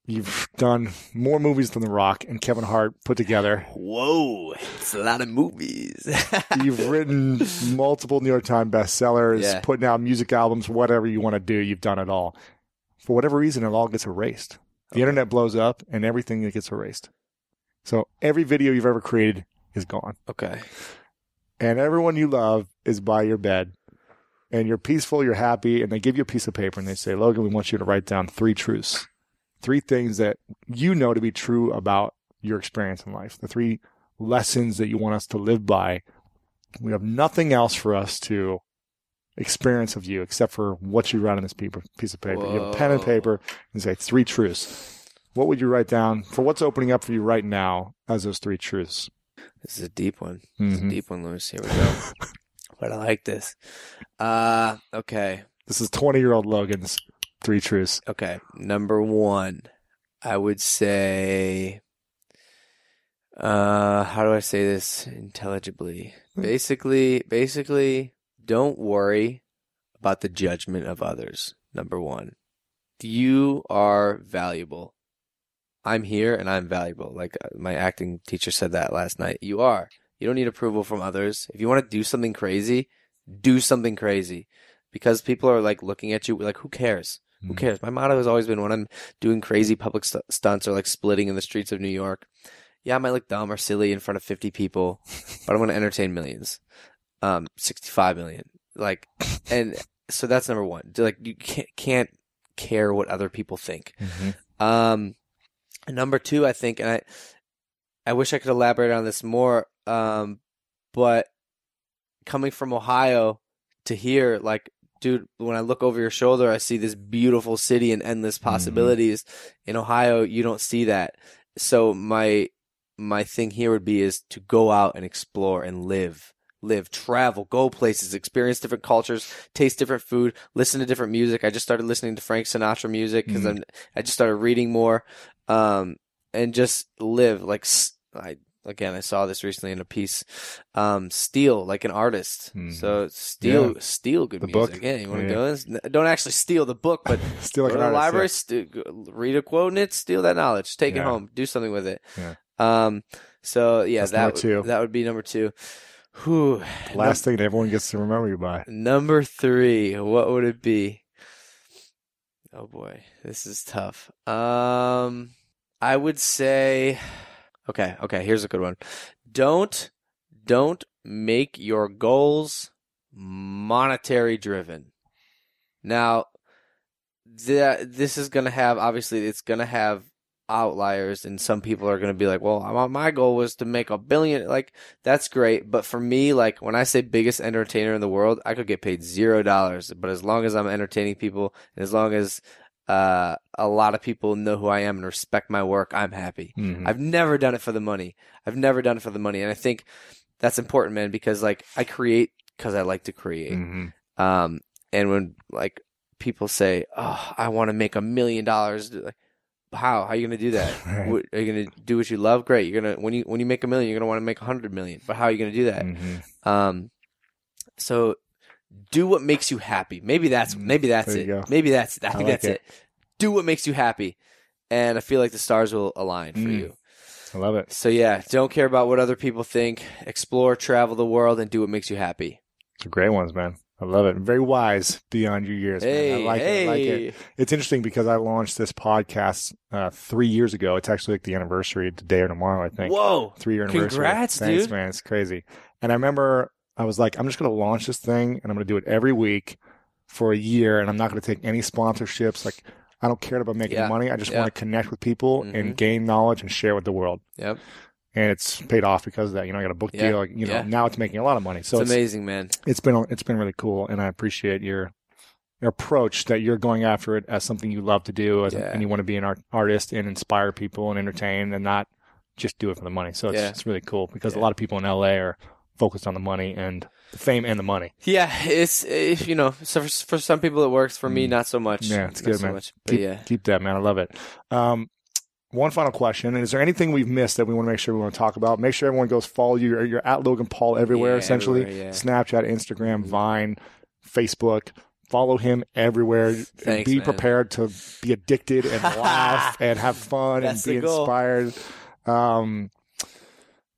S1: You've done more movies than The Rock and Kevin Hart put together.
S3: Whoa, it's a lot of movies.
S1: You've written multiple New York Times bestsellers,
S3: Yeah.
S1: putting out music albums, whatever you want to do, you've done it all. For whatever reason, it all gets erased. The internet blows up and everything gets erased. So every video you've ever created is gone.
S3: okay.
S1: And everyone you love is by your bed. And you're peaceful, you're happy, and they give you a piece of paper and they say, Logan, we want you to write down three truths. Three things that you know to be true about your experience in life. The three lessons that you want us to live by. We have nothing else for us to experience of you except for what you write on this paper, piece of paper. You have a pen and
S3: Whoa.
S1: paper and say three truths. What would you write down for what's opening up for you right now as those three truths?
S3: This is a deep one. It's a
S1: Mhm.
S3: deep one, Louis. Here we go. but I like this. Uh, okay.
S1: This is 20 year old Logan's three truths.
S3: Okay. Number one, I would say, uh, how do I say this intelligibly? Basically, basically, don't worry about the judgment of others. Number one, you are valuable. I'm here and I'm valuable. Like uh, my acting teacher said that last night. You are. You don't need approval from others. If you want to do something crazy, do something crazy because people are like looking at you like who cares? Who
S1: Mm.
S3: cares? My motto has always been when I'm doing crazy public st- stunts or like splitting in the streets of New York, yeah, I might look dumb or silly in front of 50 people, but I'm going to entertain millions, um, 65 million. Like, and so that's number one. Like, you can't, can't care what other people think.
S1: Mm-hmm.
S3: Um, number two, I think, and I, I wish I could elaborate on this more. Um, but coming from Ohio to here, like, dude, when I look over your shoulder, I see this beautiful city and endless possibilities. In Ohio, you don't see that. So my my thing here would be is to go out and explore and live, live, travel, go places, experience different cultures, taste different food, listen to different music. I just started listening to Frank Sinatra music
S1: Mm.
S3: because I'm I just started reading more, um, and just live like s- I again, I saw this recently in a piece. Um, Steal, like an artist.
S1: Mhm.
S3: So steal, steal good
S1: The
S3: music.
S1: book.
S3: Yeah, you want to
S1: Yeah.
S3: go in? N- Don't actually steal the book, but
S1: Still like
S3: go
S1: an
S3: to the
S1: artist,
S3: library, st- go- read a quote in it, steal that knowledge, take
S1: Yeah.
S3: it home, do something with it.
S1: Yeah.
S3: Um, so yeah,
S1: That's
S3: that
S1: number
S3: w-
S1: two.
S3: that would be number two. Whew.
S1: yeah. Last thing that everyone gets to remember you by.
S3: Number three, what would it be? Oh boy, this is tough. Um, I would say, okay, okay, here's a good one. Don't, don't make your goals monetary driven. Now, that this is going to have, obviously, it's going to have outliers, and some people are going to be like, well, my- my goal was to make a billion. Like, that's great. But for me, like when I say biggest entertainer in the world, I could get paid zero dollars. But as long as I'm entertaining people, and as long as uh, a lot of people know who I am and respect my work, I'm happy.
S1: Mm-hmm.
S3: I've never done it for the money. I've never done it for the money, and I think that's important, man, because like I create because I like to create.
S1: Mhm.
S3: Um, and when like people say, "Oh, I want to make a million dollars," like, how? How are you gonna do that?
S1: Right.
S3: What, are you gonna do what you love? Great. You're gonna when you when you make a million, you're gonna want to make a hundred million. But how are you gonna do that?
S1: Mhm.
S3: Um, so do what makes you happy. Maybe that's
S1: Mm,
S3: maybe that's
S1: there you
S3: it.
S1: go.
S3: Maybe that's it. I
S1: I
S3: think
S1: like
S3: that's it. Do what makes you happy, and I feel like the stars will align for
S1: Mm.
S3: you.
S1: I love it.
S3: So yeah, don't care about what other people think. Explore, travel the world, and do what makes you happy.
S1: It's great ones, man. I love it. Very wise beyond your years. man.
S3: Hey,
S1: I like
S3: hey,
S1: it. I like it. It's interesting because I launched this podcast uh, three years ago. It's actually like the anniversary today or tomorrow, I think.
S3: whoa,
S1: Three year anniversary.
S3: Congrats,
S1: Thanks,
S3: dude.
S1: man. It's crazy. And I remember I was like, I'm just going to launch this thing and I'm going to do it every week for a year. And I'm not going to take any sponsorships. Like, I don't care about making
S3: Yeah.
S1: money. I just
S3: Yeah.
S1: want to connect with people and
S3: Mhm.
S1: gain knowledge and share with the world.
S3: Yep.
S1: And it's paid off because of that. You know, I got a book
S3: Yeah.
S1: deal. Like, you know,
S3: Yeah.
S1: now it's making a lot of money. So
S3: it's,
S1: it's,
S3: amazing, man.
S1: it's been it's been really cool, and I appreciate your your approach that you're going after it as something you love to do, as
S3: Yeah.
S1: and you want to be an art, artist and inspire people and entertain, and not just do it for the money. So it's,
S3: Yeah.
S1: it's really cool because a
S3: Yeah.
S1: lot of people in LA are focused on the money and the fame and the money.
S3: Yeah, it's if you know, so for, for some people it works. For me,
S1: Mm.
S3: not so much.
S1: Yeah, it's
S3: Not
S1: good,
S3: so
S1: man.
S3: much. But
S1: Keep,
S3: Oh, yeah,
S1: keep that man. I love it. Um, one final question: Is there anything we've missed that we want to make sure we want to talk about? Make sure everyone goes follow you. You're- You're at Logan Paul everywhere,
S3: Yeah,
S1: essentially.
S3: everywhere, yeah. Mm-hmm.
S1: Snapchat, Instagram, Vine, Facebook. Follow him everywhere.
S3: Thanks,
S1: be
S3: man.
S1: prepared to be addicted and laugh and have fun and
S3: That's
S1: be
S3: the goal.
S1: inspired. Um,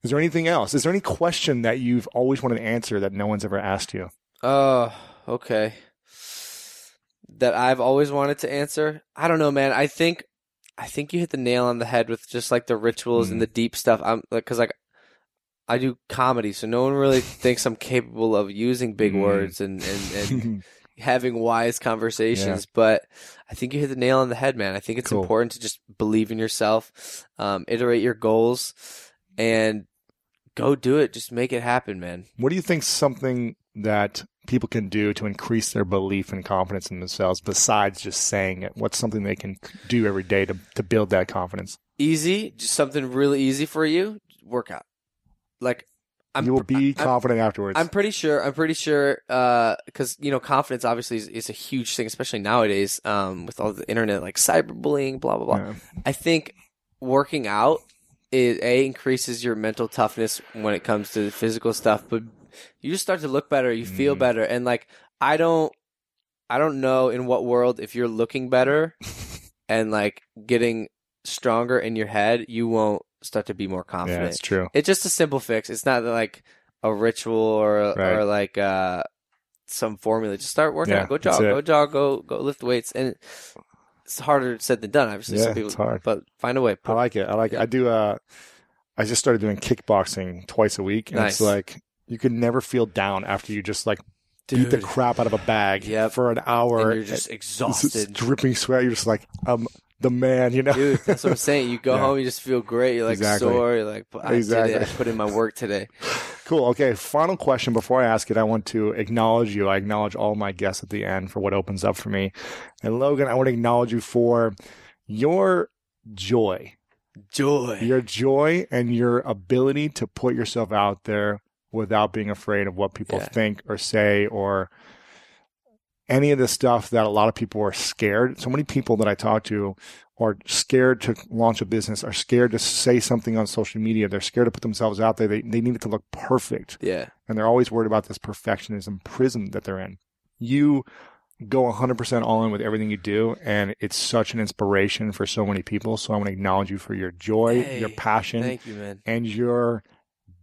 S1: is there anything else? Is there any question that you've always wanted to answer that no one's ever asked you?
S3: Oh, okay. That I've always wanted to answer. I don't know, man. I think, I think you hit the nail on the head with just like the rituals
S1: Mm.
S3: and the deep stuff. I'm like, cause like, I do comedy, so no one really thinks I'm capable of using big
S1: Mm.
S3: words and and, and having wise conversations. But I think you hit the nail on the head, man. I think it's
S1: Cool.
S3: important to just believe in yourself, um, iterate your goals, and go do it. Just make it happen, man.
S1: What do you think something that people can do to increase their belief and confidence in themselves besides just saying it? What's something they can do every day to, to build that confidence?
S3: easy, just something really easy for you, workout. Like I'm
S1: you will be
S3: I'm,
S1: confident afterwards.
S3: I'm pretty sure I'm pretty sure uh cuz you know confidence obviously is, is a huge thing especially nowadays um with all the internet like cyberbullying blah blah blah.
S1: Yeah.
S3: I think working out is a increases your mental toughness when it comes to the physical stuff, but you just start to look better, you feel
S1: Mm.
S3: better, and like I don't, I don't know in what world if you're looking better and like getting stronger in your head, you won't start to be more
S1: yeah,
S3: confident.
S1: that's true.
S3: It's just a simple fix. It's not like a ritual or
S1: Right.
S3: or like uh, some formula. Just start working
S1: Yeah,
S3: out. Go
S1: that's
S3: jog.
S1: it.
S3: Go jog. Go go lift weights. And it's harder said than done. Obviously,
S1: Yeah,
S3: some people.
S1: it's hard.
S3: But find a way.
S1: I like it. I like it. I do. Uh, I just started doing kickboxing twice a week, and it's
S3: Nice.
S1: like you could never feel down after you just like beat the
S3: Dude.
S1: crap out of a bag
S3: Yep.
S1: for an hour.
S3: and you're just
S1: It's just
S3: exhausted.
S1: dripping sweat. You're just like, I'm the man, you know?
S3: Dude, that's what I'm saying. You go
S1: Yeah.
S3: home, you just feel great. You're like
S1: Exactly.
S3: sore. You're like, I,
S1: Exactly.
S3: did it. I put in my work today.
S1: Cool. Okay. Final question before I ask it, I want to acknowledge you. I acknowledge all my guests at the end for what opens up for me. And Logan, I want to acknowledge you for your joy,
S3: Joy.
S1: your joy and your ability to put yourself out there without being afraid of what people
S3: Yeah.
S1: think or say or any of the stuff that a lot of people are scared. So many people that I talk to are scared to launch a business, are scared to say something on social media. They're scared to put themselves out there. They, they need it to look perfect.
S3: Yeah.
S1: And they're always worried about this perfectionism prison that they're in. You go 100% all in with everything you do. And it's such an inspiration for so many people. So I want to acknowledge you for your joy,
S3: Hey,
S1: your passion,
S3: Thank you, man.
S1: and your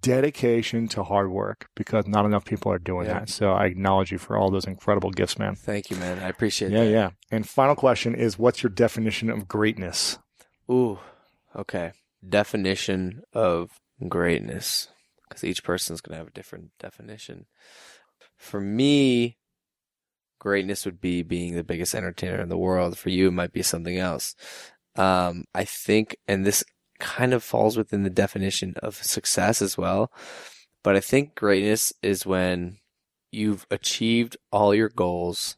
S1: dedication to hard work because not enough people are doing
S3: Yeah.
S1: that. So I acknowledge you for all those incredible gifts, man.
S3: Thank you, man. I appreciate
S1: Yeah,
S3: that.
S1: yeah. And final question is what's your definition of greatness?
S3: Ooh, okay. Definition of greatness. Because each person's going to have a different definition. For me, greatness would be being the biggest entertainer in the world. For you, it might be something else. Um, I think, and this kind of falls within the definition of success as well. But I think greatness is when you've achieved all your goals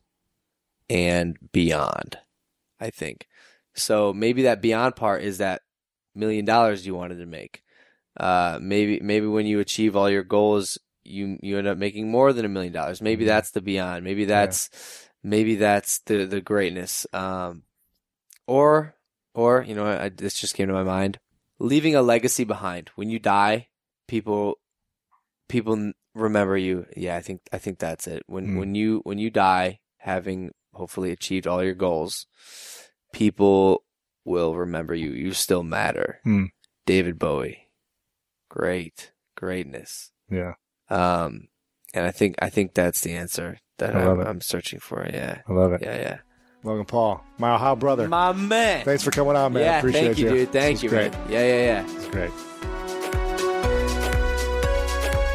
S3: and beyond. I think. So maybe that beyond part is that million dollars you wanted to make. Uh, maybe maybe when you achieve all your goals, you you end up making more than a million dollars. Maybe
S1: Mhm.
S3: that's the beyond. Maybe that's maybe that's the the greatness. Um, or or you know, I, this just came to my mind: leaving a legacy behind. When you die, people people n- remember you. Yeah, I think I think that's it. When
S1: Mm.
S3: when you when you die, having hopefully achieved all your goals, people will remember you. You still matter.
S1: Mm.
S3: David Bowie, great greatness.
S1: Yeah,
S3: Um, and I think I think that's the answer that
S1: I love
S3: I'm,
S1: it.
S3: I'm searching for. Yeah,
S1: I love it.
S3: yeah, yeah.
S1: Logan Paul, my Ohio brother.
S3: My man.
S1: Thanks for coming on, man.
S3: yeah,
S1: Appreciate
S3: thank you,
S1: you.
S3: dude. Thank
S1: This
S3: you,
S1: was great.
S3: man. Yeah, yeah, yeah.
S1: It's great.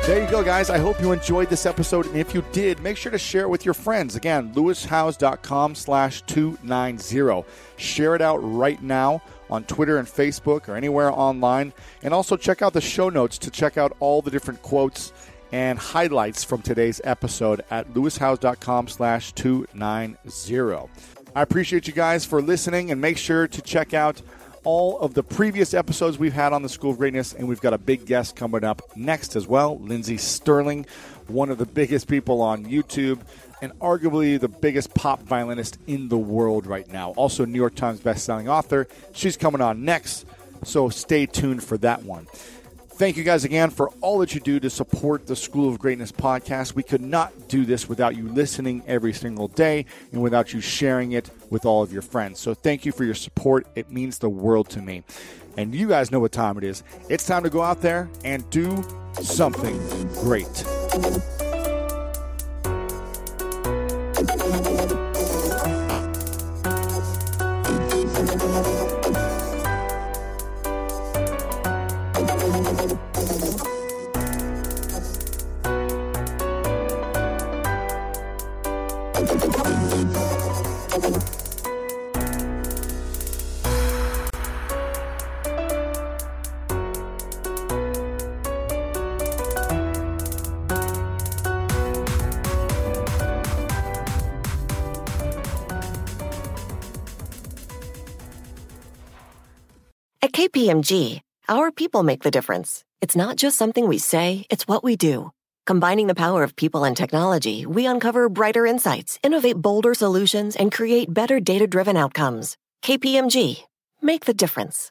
S2: There you go, guys. I hope you enjoyed this episode. And if you did, make sure to share it with your friends. Again, lewishouse.com slash 290. Share it out right now on Twitter and Facebook or anywhere online. And also check out the show notes to check out all the different quotes and highlights from today's episode at lewishouse.com slash 290. I appreciate you guys for listening and make sure to check out all of the previous episodes we've had on the School of Greatness, and we've got a big guest coming up next as well, Lindsay Sterling, one of the biggest people on YouTube and arguably the biggest pop violinist in the world right now. Also, New York Times bestselling author. She's coming on next, so stay tuned for that one. Thank you guys again for all that you do to support the School of Greatness podcast. We could not do this without you listening every single day and without you sharing it with all of your friends. So thank you for your support. It means the world to me. And you guys know what time it is. It's time to go out there and do something great.
S5: At KPMG, our people make the difference. It's not just something we say, it's what we do. Combining the power of people and technology, we uncover brighter insights, innovate bolder solutions, and create better data driven outcomes. KPMG, make the difference.